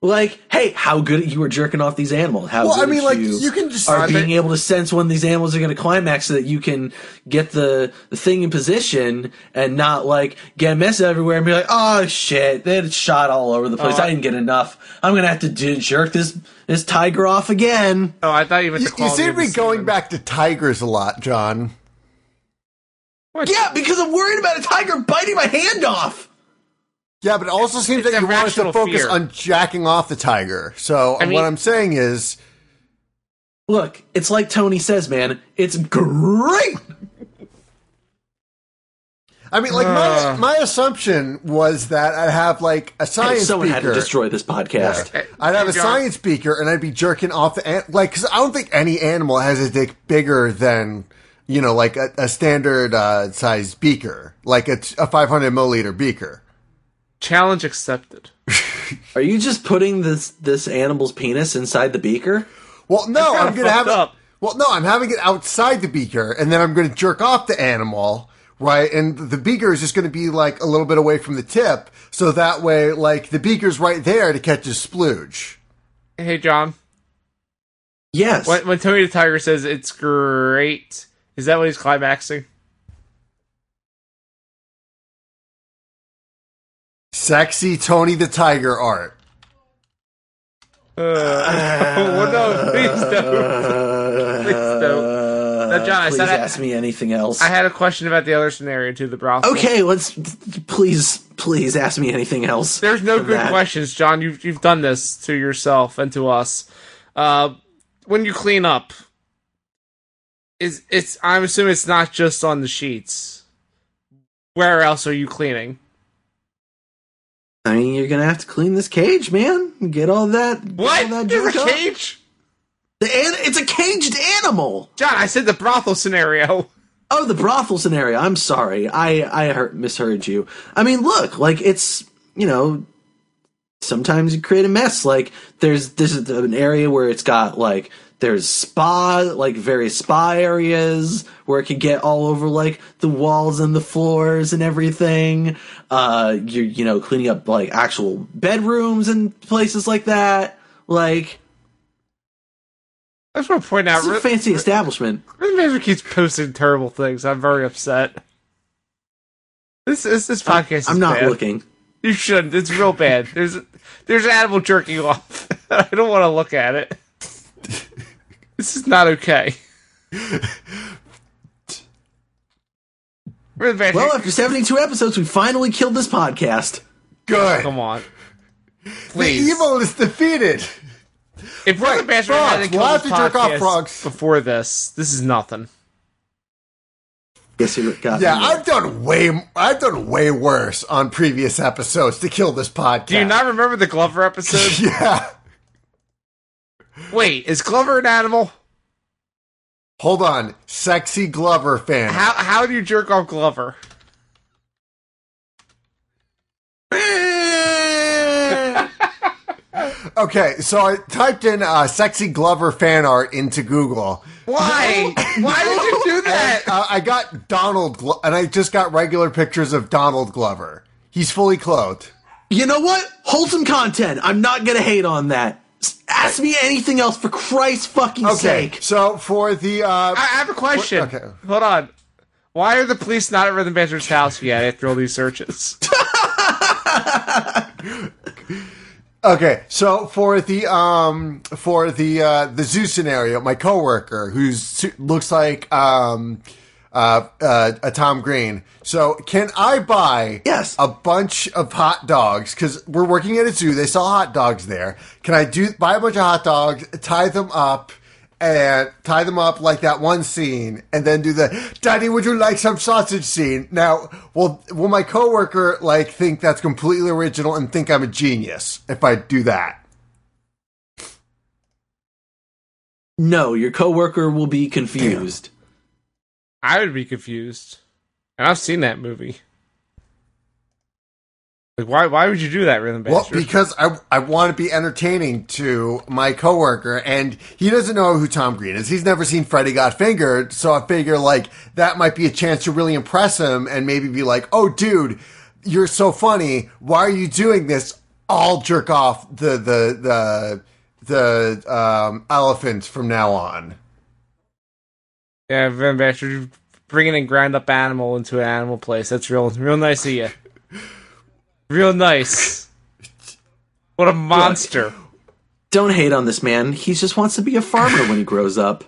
C: Like, hey, how good you were jerking off these animals? How
A: Well,
C: good
A: I mean,
C: at
A: like,
C: you,
A: you can just-
C: are
A: I
C: being
A: bet-
C: able to sense when these animals are going to climax, so that you can get the, the thing in position and not like get a mess everywhere and be like, oh shit, they had shot all over the place. I didn't get enough. I'm going to have to do, jerk this this tiger off again.
E: Oh, I thought you meant
A: You,
E: the
A: you
E: quality
A: seem to
E: of the
A: be going
E: semen.
A: back to tigers a lot, John.
C: Yeah, because I'm worried about a tiger biting my hand off.
A: Yeah, but it also seems
E: It's
A: like you want us to
E: irrational
A: focus
E: fear.
A: on jacking off the tiger. So
E: I mean-
A: what I'm saying is,
C: Look, it's like Tony says, man. It's great.
A: I mean, like my
E: Uh.
A: my assumption was that I'd have like a
C: Hey,
A: science
C: someone
A: speaker.
C: had to destroy this podcast.
E: Hey,
A: I'd have
E: hey,
A: a
E: John.
A: science speaker, and I'd be jerking off the an- like because I don't think any animal has a dick bigger than you know like a, a standard uh, size beaker, like a, t- a 500 milliliter beaker.
E: Challenge accepted.
C: Are you just putting this this animal's penis inside the beaker?
A: Well, no,
E: kinda
A: I'm gonna have
E: fucked
A: it.
E: up.
A: Well, no, I'm having it outside the beaker, and then I'm gonna jerk off the animal, right? And the beaker is just gonna be like a little bit away from the tip, so that way, like the beaker's right there to catch his splooge.
E: Hey, John.
C: Yes.
E: When, when Tony the Tiger says it's great, is that what he's climaxing?
A: Sexy Tony the Tiger art.
E: Uh, well, no, please don't. Please don't.
C: Uh,
E: John, I
C: please
E: said I-
C: ask me anything else.
E: I had a question about the other scenario too, the brothel.
C: okay, let's please please ask me anything else.
E: There's no
C: than
E: good
C: that.
E: questions, John. You've you've done this to yourself and to us. Uh, when you clean up, is it's I'm assuming it's not just on the sheets. Where else are you cleaning?
C: I mean, you're gonna have to clean this cage, man. Get all that. get
E: What?
C: All that
E: There's
C: junk
E: a
C: up.
E: cage,
C: The an- it's a caged animal.
E: John. I said the brothel scenario.
C: Oh, the brothel scenario. I'm sorry. I I heard, misheard you. I mean, look, like it's you know, sometimes you create a mess. Like there's this is an area where it's got like there's spa, like various spa areas where it could get all over like the walls and the floors and everything. Uh, you you know cleaning up like actual bedrooms and places like that. Like
E: I just want to point out,
C: it's a
E: Ri-
C: fancy establishment.
E: Rim Manager keeps posting terrible things. I'm very upset. This this, this podcast.
C: I'm
E: is
C: not
E: bad.
C: looking.
E: You shouldn't. It's real bad. There's there's animal jerking off. I don't want to look at it. This is not okay. Rim Manager,
C: Well, after 72 episodes, we finally killed this podcast.
A: Good.
E: come on.
A: The
E: Please.
A: evil is defeated.
E: if Rim
A: Right,
E: Manager
A: frogs.
E: hadn't killed
A: We'll have
E: this
A: to jerk off
E: podcast
A: frogs.
E: before this, this is nothing.
C: Yes, you got
A: Yeah,
C: me.
A: I've done way I've done way worse on previous episodes to kill this podcast.
E: Do you not remember the Glover episode?
A: Yeah.
E: Wait, is Glover an animal?
A: Hold on, sexy Glover fan.
E: How how do you jerk off Glover?
A: okay, so I typed in uh, "sexy Glover fan art" into Google.
E: Why? Why did you do that?
A: And, uh, I got Donald, Glo- and I just got regular pictures of Donald Glover. He's fully clothed.
C: You know what? Wholesome content. I'm not gonna hate on that. S- Ask me anything else for Christ's fucking
A: Okay,
C: sake.
A: so for the uh,
E: I have a question.
A: okay.
E: Hold on. Why are the police not at Rhythm Banter's house yet after all these searches?
A: Okay, so for the um for the uh the zoo scenario, my coworker who's su- looks like um uh, uh a Tom Green. So can I buy
C: Yes.
A: a bunch of hot dogs cuz we're working at a zoo. They sell hot dogs there. Can I do buy a bunch of hot dogs, tie them up and tie them up like that one scene and then do the daddy would you like some sausage scene now will will my coworker like think that's completely original and think i'm a genius if i do that
C: No, your coworker will be confused.
E: I would be confused. And I've seen that movie. Like why why would you do that, Rhythm Banter?
A: well because i i want to be entertaining to my coworker and he doesn't know who tom green is he's never seen freddy got fingered so i figure like that might be a chance to really impress him and maybe be like oh dude you're so funny why are you doing this all jerk off the the the the um, elephants from now on.
E: Yeah, Van Bash, you're bringing a ground up animal into an animal place. That's real, real nice of you. Real nice. What a monster!
C: Don't hate on this man. He just wants to be a farmer when he grows up.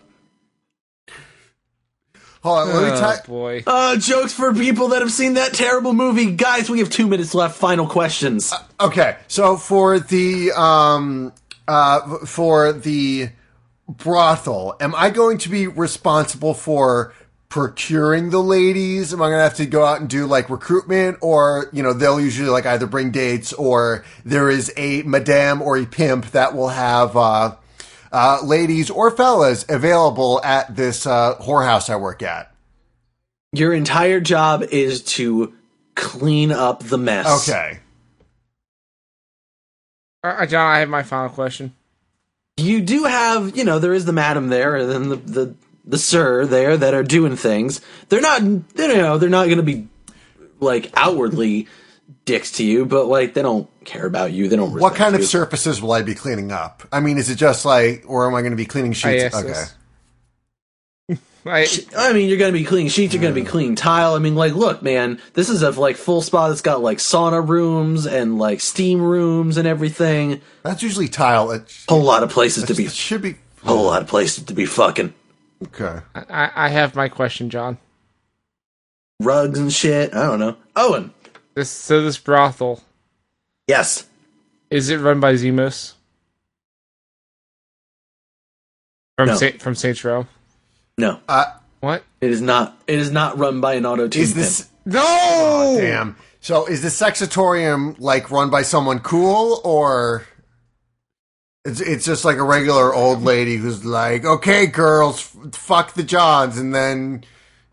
A: Hold on, let me
E: Oh
A: tell.
E: boy.
C: Uh, jokes for people that have seen that terrible movie. Guys, we have two minutes left. Final questions.
A: Okay, so for the um uh for the brothel, am I going to be responsible for procuring the ladies? Am I going to have to go out and do like recruitment or, you know, they'll usually like either bring dates or there is a madame or a pimp that will have uh uh, ladies or fellas available at this uh, whorehouse I work at.
C: Your entire job is to clean up the mess.
A: Okay.
E: All right, Uh, John, I have my final question.
C: You do have, you know, there is the madam there and then the the, the sir there that are doing things. They're not, you know, they're not going to be like outwardly dicks to you, but like they don't care about you. They don't.
A: What
C: resent
A: kind of
C: you.
A: surfaces will I be cleaning up? I mean, is it just like, or am I going to be cleaning
E: I
A: sheets?
E: asked this. I,
C: I mean, you're going to be cleaning sheets. You're going to
A: Mm.
C: be cleaning tile. I mean, like, look, man, this is a like full spa that's got like sauna rooms and like steam rooms and everything.
A: That's usually tile. It, sh-
C: Whole lot of places to be.
A: it should be
C: Whole lot of places to be fucking
A: okay.
E: I, I have my question, John.
C: rugs and shit. I don't know. Owen,
E: This so this brothel
C: yes,
E: is it run by Zemos from
C: No.
E: Saint from Saints Row?
C: no,
E: What?
C: it is not. It is not run by an auto tune.
A: Is this
E: No.
A: damn? So is the sexatorium like run by someone cool or? It's, it's just like a regular old lady who's like, okay, girls, f- fuck the Johns, and then,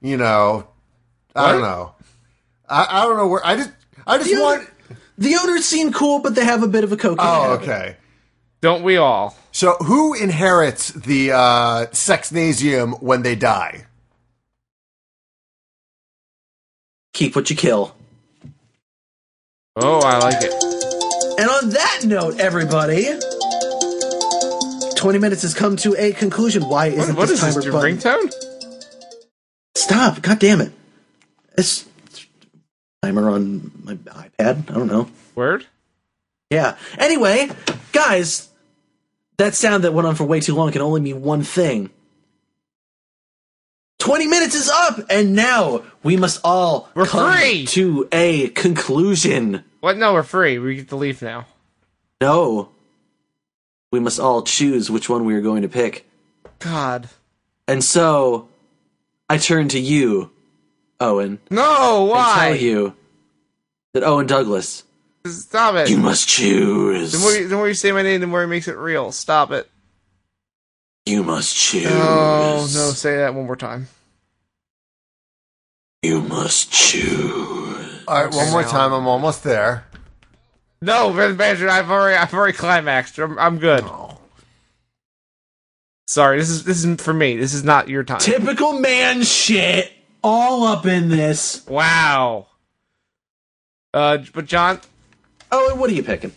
A: you know, I don't
E: What?
A: know, I, I don't know where I just I just
C: The
A: want.
C: owner, the owners seem cool, but they have a bit of a cocaine.
A: Oh,
C: habit.
A: okay.
E: Don't we all?
A: So who inherits the uh, sexnasium when they die?
C: Keep what you kill.
E: Oh, I like it.
C: And on that note, everybody, 20 minutes has come to a conclusion. Why isn't
E: What, what
C: this
E: is
C: timer
E: this? Your
C: button-
E: ringtone?
C: Stop! God damn it! It's it's timer on my iPad. I don't know.
E: Word.
C: Yeah. Anyway, guys, that sound that went on for way too long can only mean one thing. 20 minutes is up, and now we must all
E: We're
C: come
E: free!
C: to a conclusion.
E: What? No, we're free. We get to leave now.
C: No. We must all choose which one we are going to pick.
E: God.
C: And so, I turn to you, Owen,
E: No.
C: and
E: Why?
C: tell you that Owen Douglas,
E: Stop it.
C: you must choose.
E: the more you, the more you say my name, the more it makes it real. Stop it.
C: you must choose.
E: Oh no! Say that one more time.
C: You must choose.
A: All right, one more
E: now.
A: time. I'm almost there.
E: No, Red Badger, I've already, I've already climaxed. I'm, I'm good. Sorry, this is this is for me. This is not your time.
C: Typical man shit. All up in this.
E: Wow. Uh, but John,
C: Oh, and what are you picking?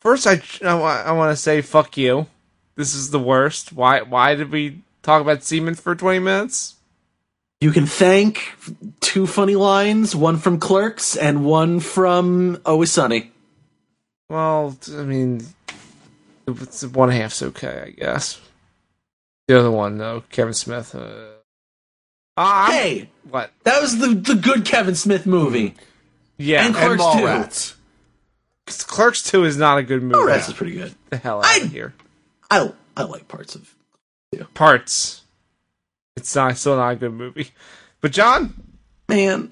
E: first I, I, wa- I want to say fuck you. This is the worst. Why, why did we talk about semen for 20 minutes?
C: You can thank two funny lines, one from Clerks and one from Always Sunny.
E: Well, I mean, it's one half's okay, I guess. The other one, though, Kevin Smith. Uh, ah, I'm-
C: Hey,
E: what?
C: that was the, the good Kevin Smith movie.
E: Yeah,
C: And-
A: And
C: Clerks too.
A: Mallrats.
E: Clerks Two is not a good movie.
C: Oh, that's pretty good.
E: the hell out
C: I-
E: of here.
C: I I like parts of.
E: Parts. It's not still not a good movie. But John,
C: Man,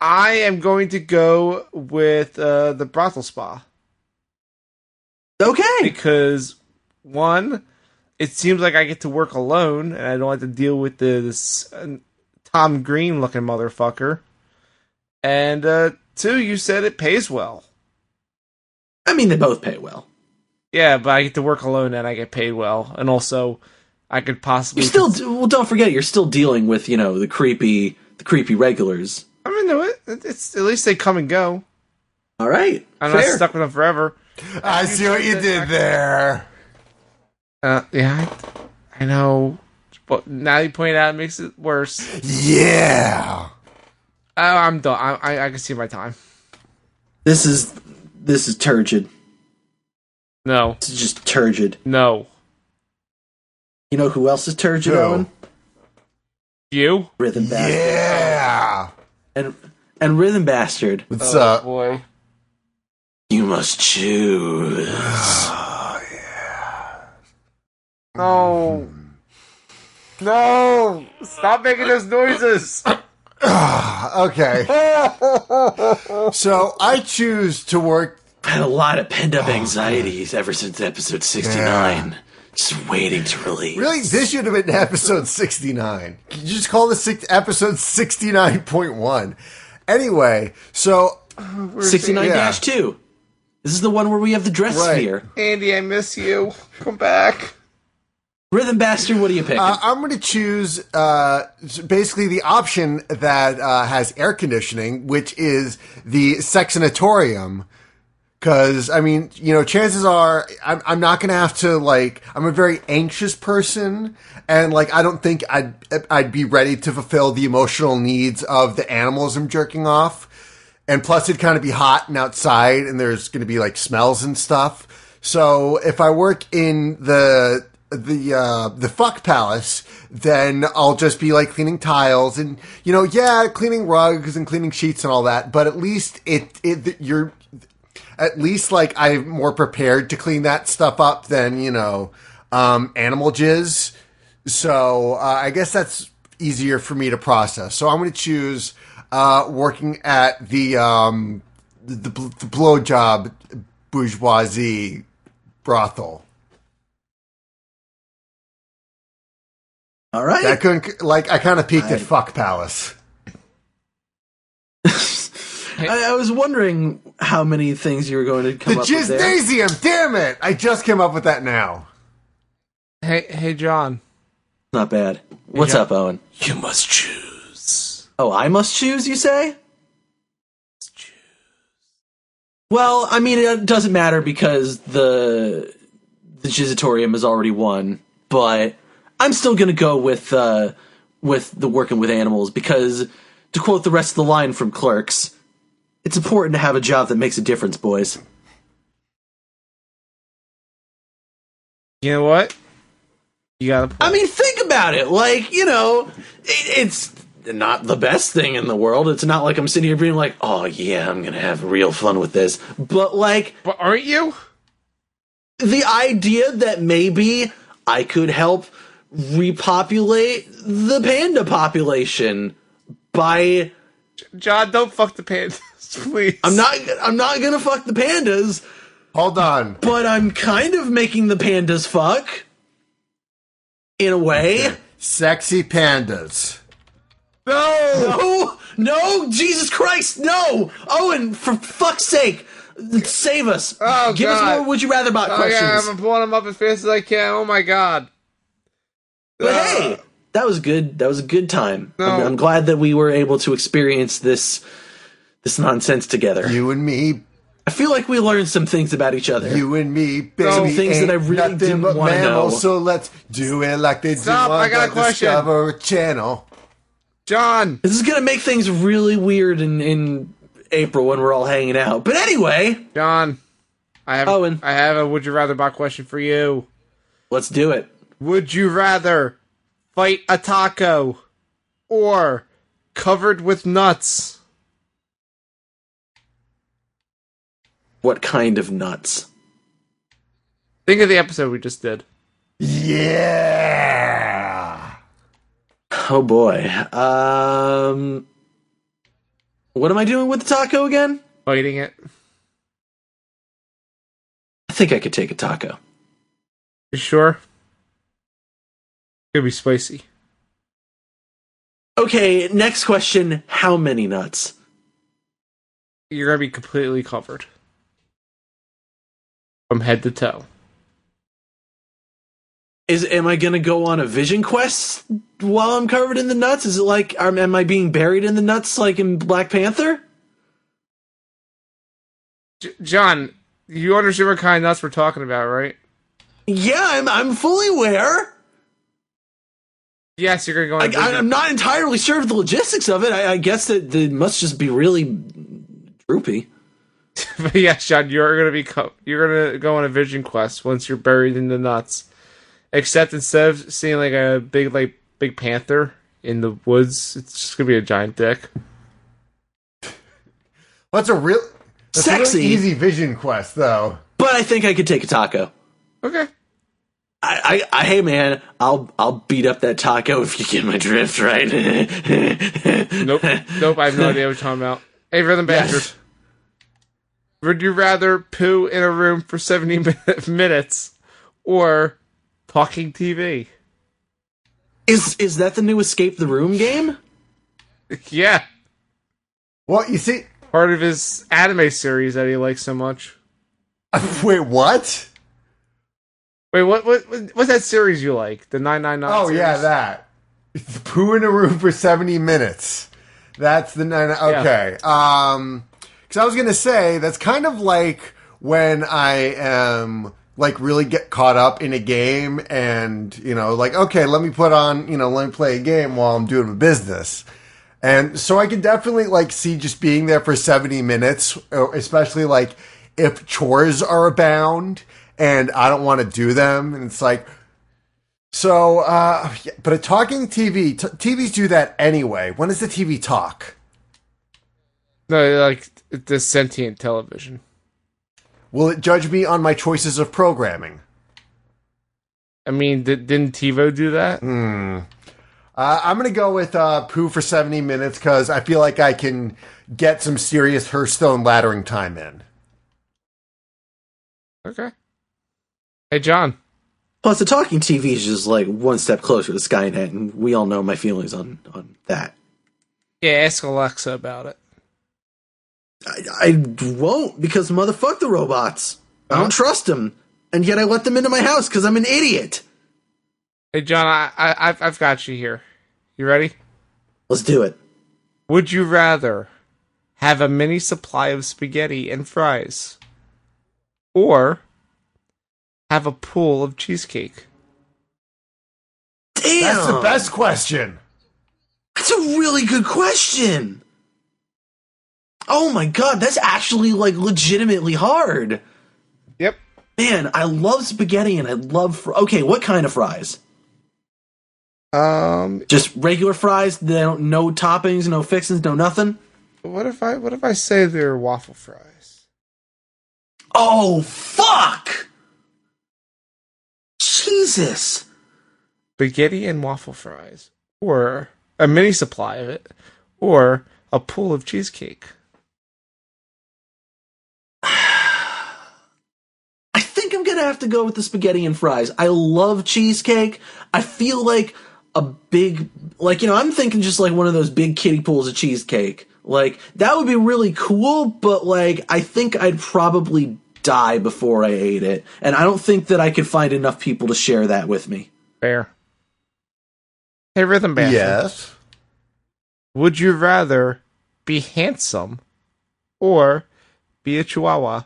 E: I am going to go with uh, the brothel spa
C: okay.
E: because one, it seems like I get to work alone and I don't have to deal with this uh, Tom Green looking motherfucker. And uh, two, you said it pays well.
C: I mean, they both pay well.
E: Yeah, but I get to work alone and I get paid well, and also I could possibly
C: You're still well. Don't forget, you're still dealing with you know the creepy the creepy regulars.
E: I'm into it. It's at least they come and go.
C: All right.
E: I'm not
C: fair.
E: stuck with them forever.
A: I see what you did there.
E: Uh, yeah, I, I know. But now you point it out, it makes it worse.
A: Yeah.
E: Oh, I'm done. I, I, I can see my time.
C: This is this is turgid.
E: No,
C: This is just turgid.
E: no.
C: You know who else is turgid,
A: Who?
C: Owen?
E: You?
C: Rhythm Bastard.
A: Yeah.
C: And and Rhythm Bastard.
A: What's up?
E: boy.
C: You must choose.
E: No. No! Stop making those noises!
A: Okay. so I choose to work.
C: I've had a lot of pent up anxieties ever since episode 69. Just waiting to release.
A: Really, this should have been episode 69. Can you just call this six, episode 69.1? Anyway, so
C: 69 2. This is the one where we have the dress
A: Right.
C: sphere.
E: Andy, I miss you. Come back.
C: Rhythm Bastard, what do you pick?
A: Uh, I'm going to choose uh, basically the option that uh, has air conditioning, which is the Sexinatorium. Because, I mean, you know, chances are I'm, I'm not going to have to, like, I'm a very anxious person. And, like, I don't think I'd, I'd be ready to fulfill the emotional needs of the animals I'm jerking off. And plus, it'd kind of be hot and outside, and there's going to be, like, smells and stuff. So if I work in the the uh, the fuck palace, then I'll just be like cleaning tiles and you know yeah cleaning rugs and cleaning sheets and all that. But at least it it you're at least like I'm more prepared to clean that stuff up than you know um, animal jizz. So uh, I guess that's easier for me to process. So I'm going to choose uh, working at the um, the, the, bl- the blowjob bourgeoisie brothel.
C: All right.
A: I couldn't like I kind of peeked at
C: I-
A: Fuck Palace.
C: I, I was wondering how many things you were going to come
A: The
C: up with there.
A: Gymnasium, damn it! I just came up with that now.
E: Hey, hey, John.
C: Not bad. What's
E: Yeah.
C: up, Owen? You must choose. Oh, I must choose, you say? Well, I mean, it doesn't matter because the the Jizatorium has already won, but I'm still going to go with uh, with the working with animals because, to quote the rest of the line from Clerks, it's important to have a job that makes a difference, boys.
E: You know what? You got a point.
C: I mean, think about it. Like, you know, it, it's not the best thing in the world. It's not like I'm sitting here being like, oh, yeah, I'm going to have real fun with this. But, like,
E: but aren't you?
C: the idea that maybe I could help repopulate the panda population by.
E: John, don't fuck the pandas, please.
C: I'm not. I'm not gonna fuck the pandas,
A: Hold on.
C: but I'm kind of making the pandas fuck, in a way.
A: Sexy pandas.
E: No!
C: No, Oh, no, Jesus Christ, no! Owen, for fuck's sake, save us.
E: Oh,
C: Give
E: God.
C: us more Would You Rather Bot
E: Oh, yeah,
C: questions.
E: I'm pulling them up as fast as I can. Oh, my God.
C: but
E: Uh,
C: hey, that was good. That was a good time. I'm,
E: No.
C: I'm glad that we were able to experience this this nonsense together.
A: You and me,
C: I feel like we learned some things about each other.
A: you and me, baby.
E: Some
C: things
A: ain't
C: that I really
A: nothing
C: didn't
A: but
C: wanna
A: mammals,
C: know.
A: So let's do it like they
E: Stop,
A: do on
E: I got a
A: the
E: question.
A: Discovery Channel.
E: John!
C: this is gonna make things really weird in in April when we're all hanging out. But anyway,
E: John, I have
C: Owen.
E: I have a would you rather bot question for you.
C: let's do it.
E: Would you rather fight a taco or covered with nuts?
C: What kind of nuts?
E: Think of the episode we just did.
A: Yeah.
C: Oh boy. Um What am I doing with the taco again?
E: Fighting it.
C: I think I could take a taco.
E: You sure? Could be spicy.
C: Okay, next question, how many nuts?
E: You're gonna be completely covered. From head to toe.
C: Is am I going to go on a vision quest while I'm covered in the nuts? Is it like am am I being buried in the nuts like in Black Panther?
E: J- John, you understand what kind of nuts we're talking about, right?
C: Yeah, I'm, I'm fully aware.
E: Yes, you're gonna
C: I,
E: go.
C: I,
E: into
C: I'm not entirely sure of the logistics of it. I, I guess that they must just be really droopy.
E: But yes, John, you're gonna be co- you're gonna go on a vision quest once you're buried in the nuts. Except instead of seeing like a big like big panther in the woods, it's just gonna be a giant dick.
A: What's a real that's a really
C: Sexy.
A: easy vision quest though?
C: But I think I could take a taco.
E: Okay.
C: I, I, I hey man, I'll I'll beat up that taco if you get my drift right.
E: Nope. nope. I have no idea what you're talking about. Hey, rhythm bastard.
C: Yes.
E: Would you rather poo in a room for 70 min- minutes or talking TV?
C: Is is that the new escape the room game?
E: Yeah.
A: Well, you see
E: Part of his anime series that he likes so much.
A: wait, what?
E: Wait, what, what what- what's that series you like? The 999
A: Oh
E: series?
A: yeah, that. Poo in a room for 70 minutes. That's the nine okay. Um cuz I was going to say that's kind of like when I am like really get caught up in a game and you know like okay, let me put on, you know, let me play a game while I'm doing my business. And so I can definitely like see just being there for 70 minutes, or especially like if chores are abound and I don't want to do them and it's like so, uh, yeah, but a talking TV, t- TVs do that anyway. When does the TV talk?
E: No, like the sentient television.
A: Will it judge me on my choices of programming?
E: I mean, did, didn't TiVo do that?
A: Uh, I'm going to go with uh, poo for 70 minutes because I feel like I can get some serious Hearthstone laddering time in.
E: Okay. Hey, John.
C: Plus, the talking TV is just like one step closer to Skynet, and we all know my feelings on on that.
E: Yeah, ask Alexa about it.
C: I, I won't because motherfuck the robots. I don't trust them, and yet I let them into my house because I'm an idiot.
E: Hey, John, I, I, I've, I've got you here. You ready?
C: Let's do it.
E: Would you rather have a mini supply of spaghetti and fries or have a pool of cheesecake?
C: Damn,
A: That's the best question.
C: That's a really good question. Oh my god, that's actually like legitimately hard.
E: Yep.
C: Man, I love spaghetti and I love fr- okay. What kind of fries?
E: Um,
C: Just regular fries. They don't, no toppings, no fixings, no nothing.
E: what if I what if I say they're waffle fries?
C: Oh fuck! Jesus!
E: Spaghetti and waffle fries or a mini supply of it or a pool of cheesecake.
C: I think I'm gonna have to go with the spaghetti and fries. I love cheesecake. I feel like a big, like, you know, I'm thinking just like one of those big kiddie pools of cheesecake. Like, that would be really cool, but like, I think I'd probably die before I ate it. And I don't think that I could find enough people to share that with me.
E: Fair. Hey, rhythm band.
A: Yes.
E: Would you rather be handsome or be a chihuahua?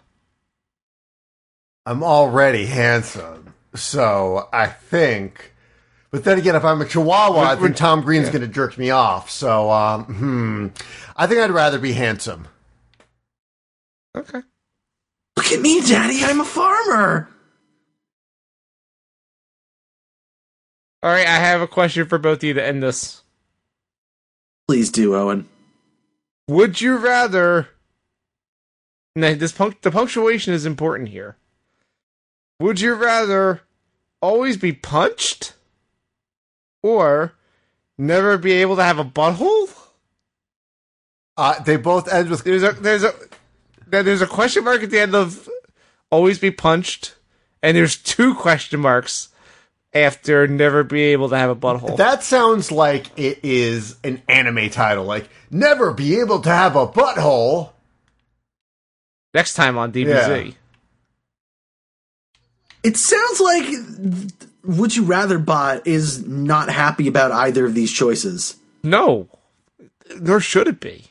A: I'm already handsome. So I think. But then again, if I'm a chihuahua, I think Tom Green's going to jerk me off. So, um, hmm. I think I'd rather be handsome.
E: Okay.
C: Look at me, Daddy, I'm a farmer!
E: All right, I have a question for both of you to end this.
C: Please do, Owen.
E: Would you rather? Now, this punct- the punctuation is important here. Would you rather always be punched, or never be able to have a butthole?
A: Uh, they both end with
E: There's a there's a there- there's a question mark at the end of always be punched, and there's two question marks after never be able to have a butthole.
A: That sounds like it is an anime title, like never be able to have a butthole.
E: Next time on DBZ.
A: Yeah.
C: It sounds like Would You Rather Bot is not happy about either of these choices.
E: No, nor should it be.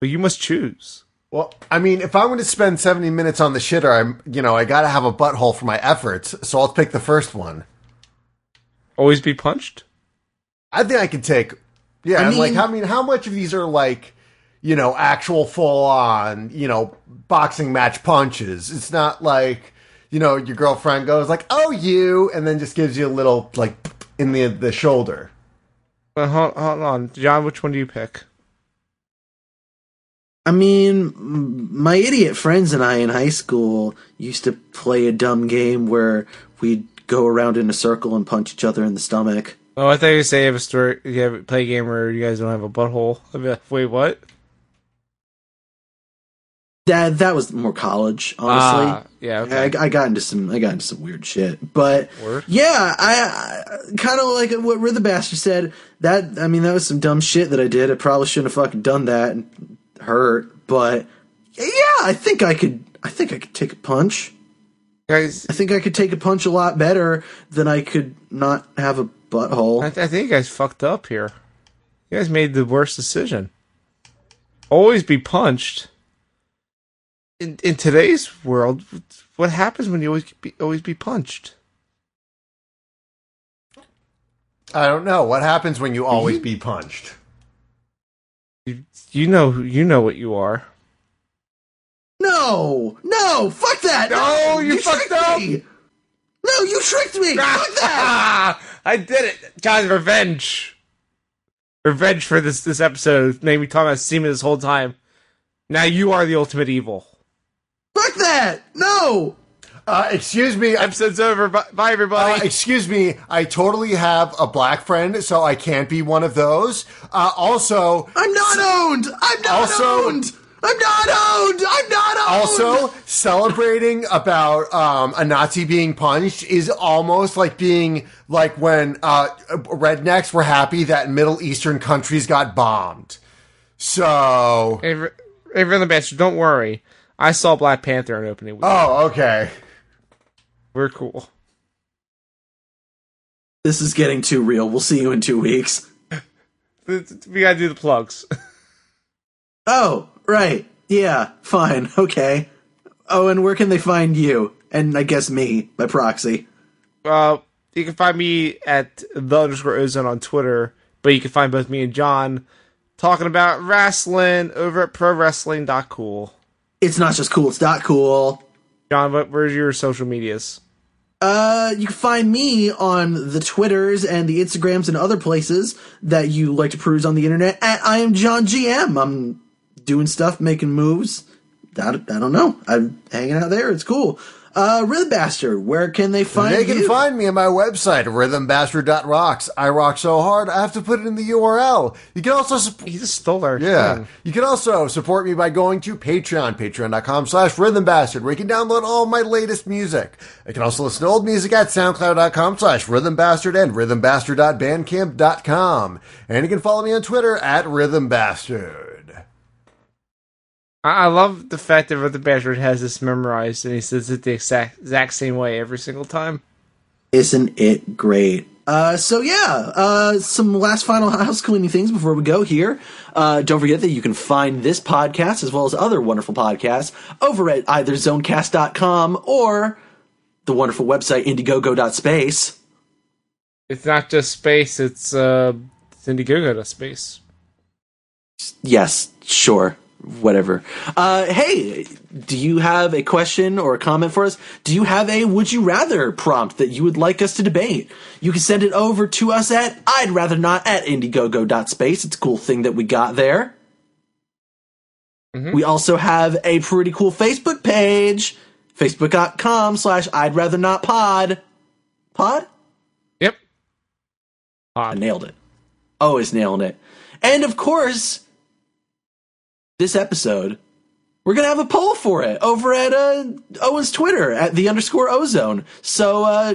E: But you must choose.
A: Well, I mean, if I'm going to spend 70 minutes on the shitter, I'm, you know, I got to have a butthole for my efforts. So I'll pick the first one.
E: Always be punched.
A: I think I can take. Yeah,
F: I
A: and, like
F: mean-
A: I mean, how much of these are like, you know, actual full on, you know, boxing match punches? It's not like, you know, your girlfriend goes like, "Oh, you," and then just gives you a little like in the the shoulder.
E: But hold, hold on, John. Which one do you pick?
C: I mean, m- my idiot friends and I in high school used to play a dumb game where we'd go around in a circle and punch each other in the stomach.
E: Oh, I thought you say you have a story. You have a play a game where you guys don't have a butthole. I'd be like, wait, what?
C: That that was more college, honestly.
E: Ah, yeah. Okay.
C: I, I got into some I got into some weird shit, but
E: Word.
C: yeah, I, I kind of like what Rither Bastard said. That I mean, that was some dumb shit that I did. I probably shouldn't have fucking done that and hurt, but yeah, I think I could. I think I could take a punch.
E: guys,
C: I think I could take a punch a lot better than I could not have a
E: I,
C: butthole.
E: th- I think you guys fucked up here. You guys made the worst decision. Always be punched. In in today's world, what happens when you always be always be punched?
A: I don't know what happens when you always be punched.
E: You, you know who- you know what you are.
C: No, no, fuck that.
E: No, you fucked
C: tricked
E: up. Ah!
C: me. No, you tricked me. fuck that.
E: I did it, John. Revenge, revenge for this this episode. Made me talking about semen this whole time. Now you are the ultimate evil.
C: Fuck that. No.
A: Uh, excuse me, I,
E: Episode's over. Bye, bye
A: uh,
E: everybody.
A: excuse me. I totally have a black friend, so I can't be one of those. Uh, also,
C: I'm not owned. I'm not
A: Also-
C: owned. I'm not owned. I'm not owned.
A: Also, celebrating about um, a Nazi being punched is almost like being like when uh, rednecks were happy that Middle Eastern countries got bombed. So,
E: Hey, Re- hey, Rhythm Bastard, don't worry. I saw Black Panther in opening week.
A: oh, okay.
E: We're cool.
C: this is getting too real. We'll see you in two weeks.
E: Th- th- We gotta do the plugs.
C: Oh, right. Yeah. Fine. Okay. Oh, and where can they find you? And I guess me by proxy.
E: Uh, you can find me at the underscore ozone on Twitter, but you can find both me and John talking about wrestling over at pro wrestling cool.
C: It's not just cool. It's not cool.
E: John, what, where's your social medias?
C: Uh, you can find me on the Twitters and the Instagrams and other places that you like to peruse on the internet. At I am John GM. I'm doing stuff, making moves. I don't, I don't know. I'm hanging out there. It's cool. Uh, Rhythm Bastard, where can they find
A: They can
C: you?
A: find me on my website, rhythmbastard.rocks. I rock so hard, I have to put it in the URL. You can also sup-
E: He just stole our
A: Yeah.
E: thing.
A: You can also support me by going to Patreon, patreon.com slash rhythm bastard, where you can download all my latest music. You can also listen to old music at soundcloud.com slash rhythm bastard and rhythmbastard.bandcamp.com. And you can follow me on Twitter at rhythm bastard.
E: I, I love the fact that Rhythm Bastard has this memorized and he says it the exact, exact same way every single time.
C: Isn't it great? Uh, so yeah, uh, some last final house cleaning things before we go here. Uh, don't forget that you can find this podcast as well as other wonderful podcasts over at either zonecast.com or the wonderful website indiegogo.space.
E: It's not just space, it's uh, it's Indiegogo to space.
C: Yes, sure, whatever. Uh, hey, do you have a question or a comment for us? Do you have a would you rather prompt that you would like us to debate? You can send it over to us at I'd rather not at indiegogo.space. It's a cool thing that we got there. We also have a pretty cool Facebook page, facebook.com slash I'd rather not pod. Pod?
E: Yep.
C: I nailed it. Always nailing it. And of course, this episode, we're gonna have a poll for it over at uh, Owen's Twitter at the underscore ozone. So uh,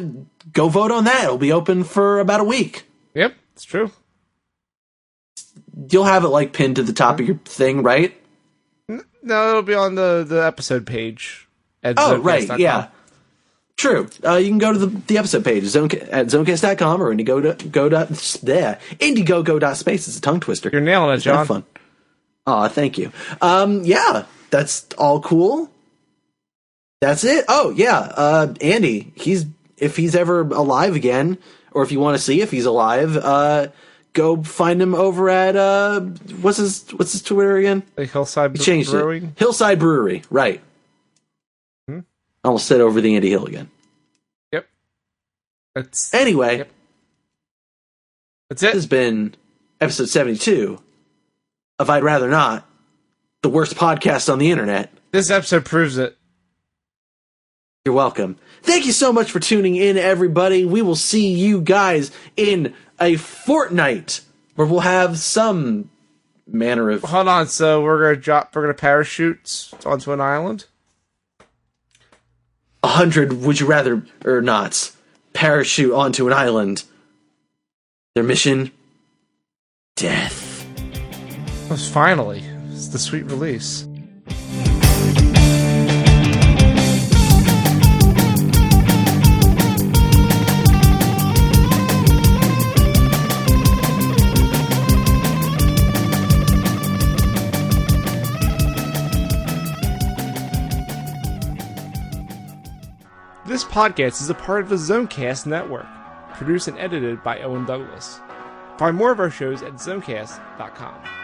C: go vote on that. It'll be open for about a week.
E: Yep, it's true.
C: You'll have it like pinned to the top of your thing, right?
E: No, it'll be on the the episode page. At
C: Oh,
E: zonecast.com.
C: right, yeah. True. Uh, you can go to the, the episode page zone, at zonecast.com or indiegogo. Go dot, there. Indiegogo.space. It's a tongue twister.
E: You're nailing it,
C: Kinda
E: John.
C: fun. Aw, thank you. Um, yeah. that's all cool. That's it. Oh yeah, uh, Andy. He's if he's ever alive again, or if you want to see if he's alive, uh, go find him over at uh, what's his what's his Twitter again?
E: Like Hillside
C: He changed
E: Brewing. Hmm?
C: it. Hillside Brewery. Right. I almost said over the Andy Hill again.
E: Yep. That's
C: Anyway,
E: Yep. that's
C: this
E: it.
C: has been episode seventy-two of I'd rather not, the worst podcast on the internet.
E: This episode proves it.
C: You're welcome. Thank you so much for tuning in, everybody. We will see you guys in a fortnight where we'll have some manner of.
E: Hold on. So we're gonna drop. We're gonna parachute onto an island.
C: 100 would you rather or not parachute onto an island. Their mission death.
E: Yes, Finally, it's the sweet release. This podcast is a part of the Zonecast Network, produced and edited by Owen Douglas. Find more of our shows at zonecast.com.